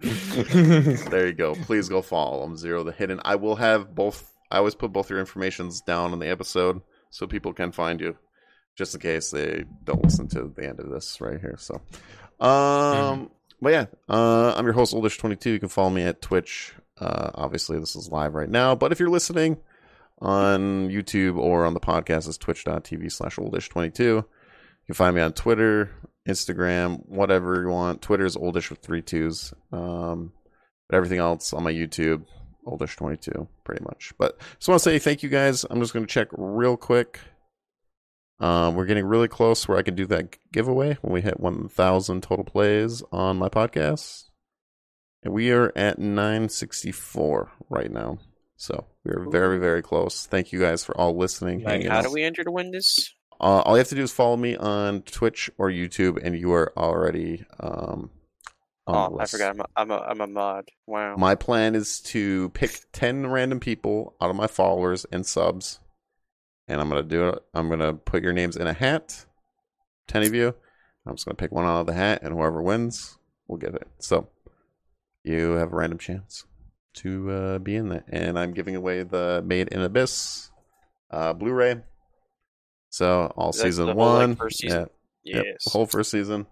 S1: [LAUGHS] there you go. Please go follow them. Zero the Hidden. I will have both. I always put both your informations down in the episode so people can find you, just in case they don't listen to the end of this right here. So, um, but yeah, uh, I'm your host Oldish22. You can follow me at Twitch. Uh, obviously, this is live right now, but if you're listening on YouTube or on the podcast, it's Twitch.tv/slash Oldish22. You can find me on Twitter, Instagram, whatever you want. Twitter is Oldish with three twos. Um, but everything else on my YouTube, oldish 22 pretty much but just want to say thank you guys i'm just going to check real quick um, we're getting really close where i can do that giveaway when we hit 1000 total plays on my podcast and we are at 964 right now so we're very very close thank you guys for all listening
S2: Like,
S1: hanging
S3: How
S1: out.
S3: do we enter to win this?
S1: Uh, all you have to do is follow me on twitch or youtube and you are already um, on the
S3: Oh, I
S1: list.
S3: forgot. I'm a, I'm a, I'm a mod. Wow.
S1: My plan is to pick 10 random people out of my followers and subs. And I'm going to do it. I'm going to put your names in a hat. 10 of you. I'm just going to pick one out of the hat, and whoever wins will get it. So you have a random chance to uh, be in that. And I'm giving away the Made in Abyss uh, Blu ray. So all
S3: That's
S1: season
S3: the whole, like,
S1: one.
S3: first season.
S1: Yeah.
S3: yes.
S1: Yep, the whole first season.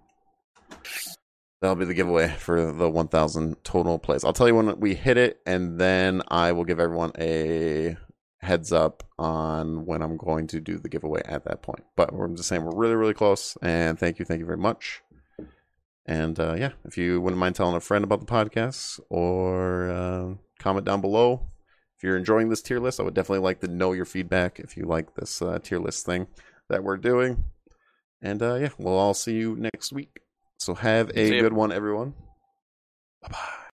S1: That'll be the giveaway for the 1,000 total plays. I'll tell you when we hit it, and then I will give everyone a heads up on when I'm going to do the giveaway at that point. But I'm just saying we're really, really close, and thank you, thank you very much. And uh, yeah, if you wouldn't mind telling a friend about the podcast or uh, comment down below if you're enjoying this tier list, I would definitely like to know your feedback if you like this uh, tier list thing that we're doing. And uh, yeah, we'll all see you next week. So have a
S3: See ya.
S1: good one, everyone. Bye bye.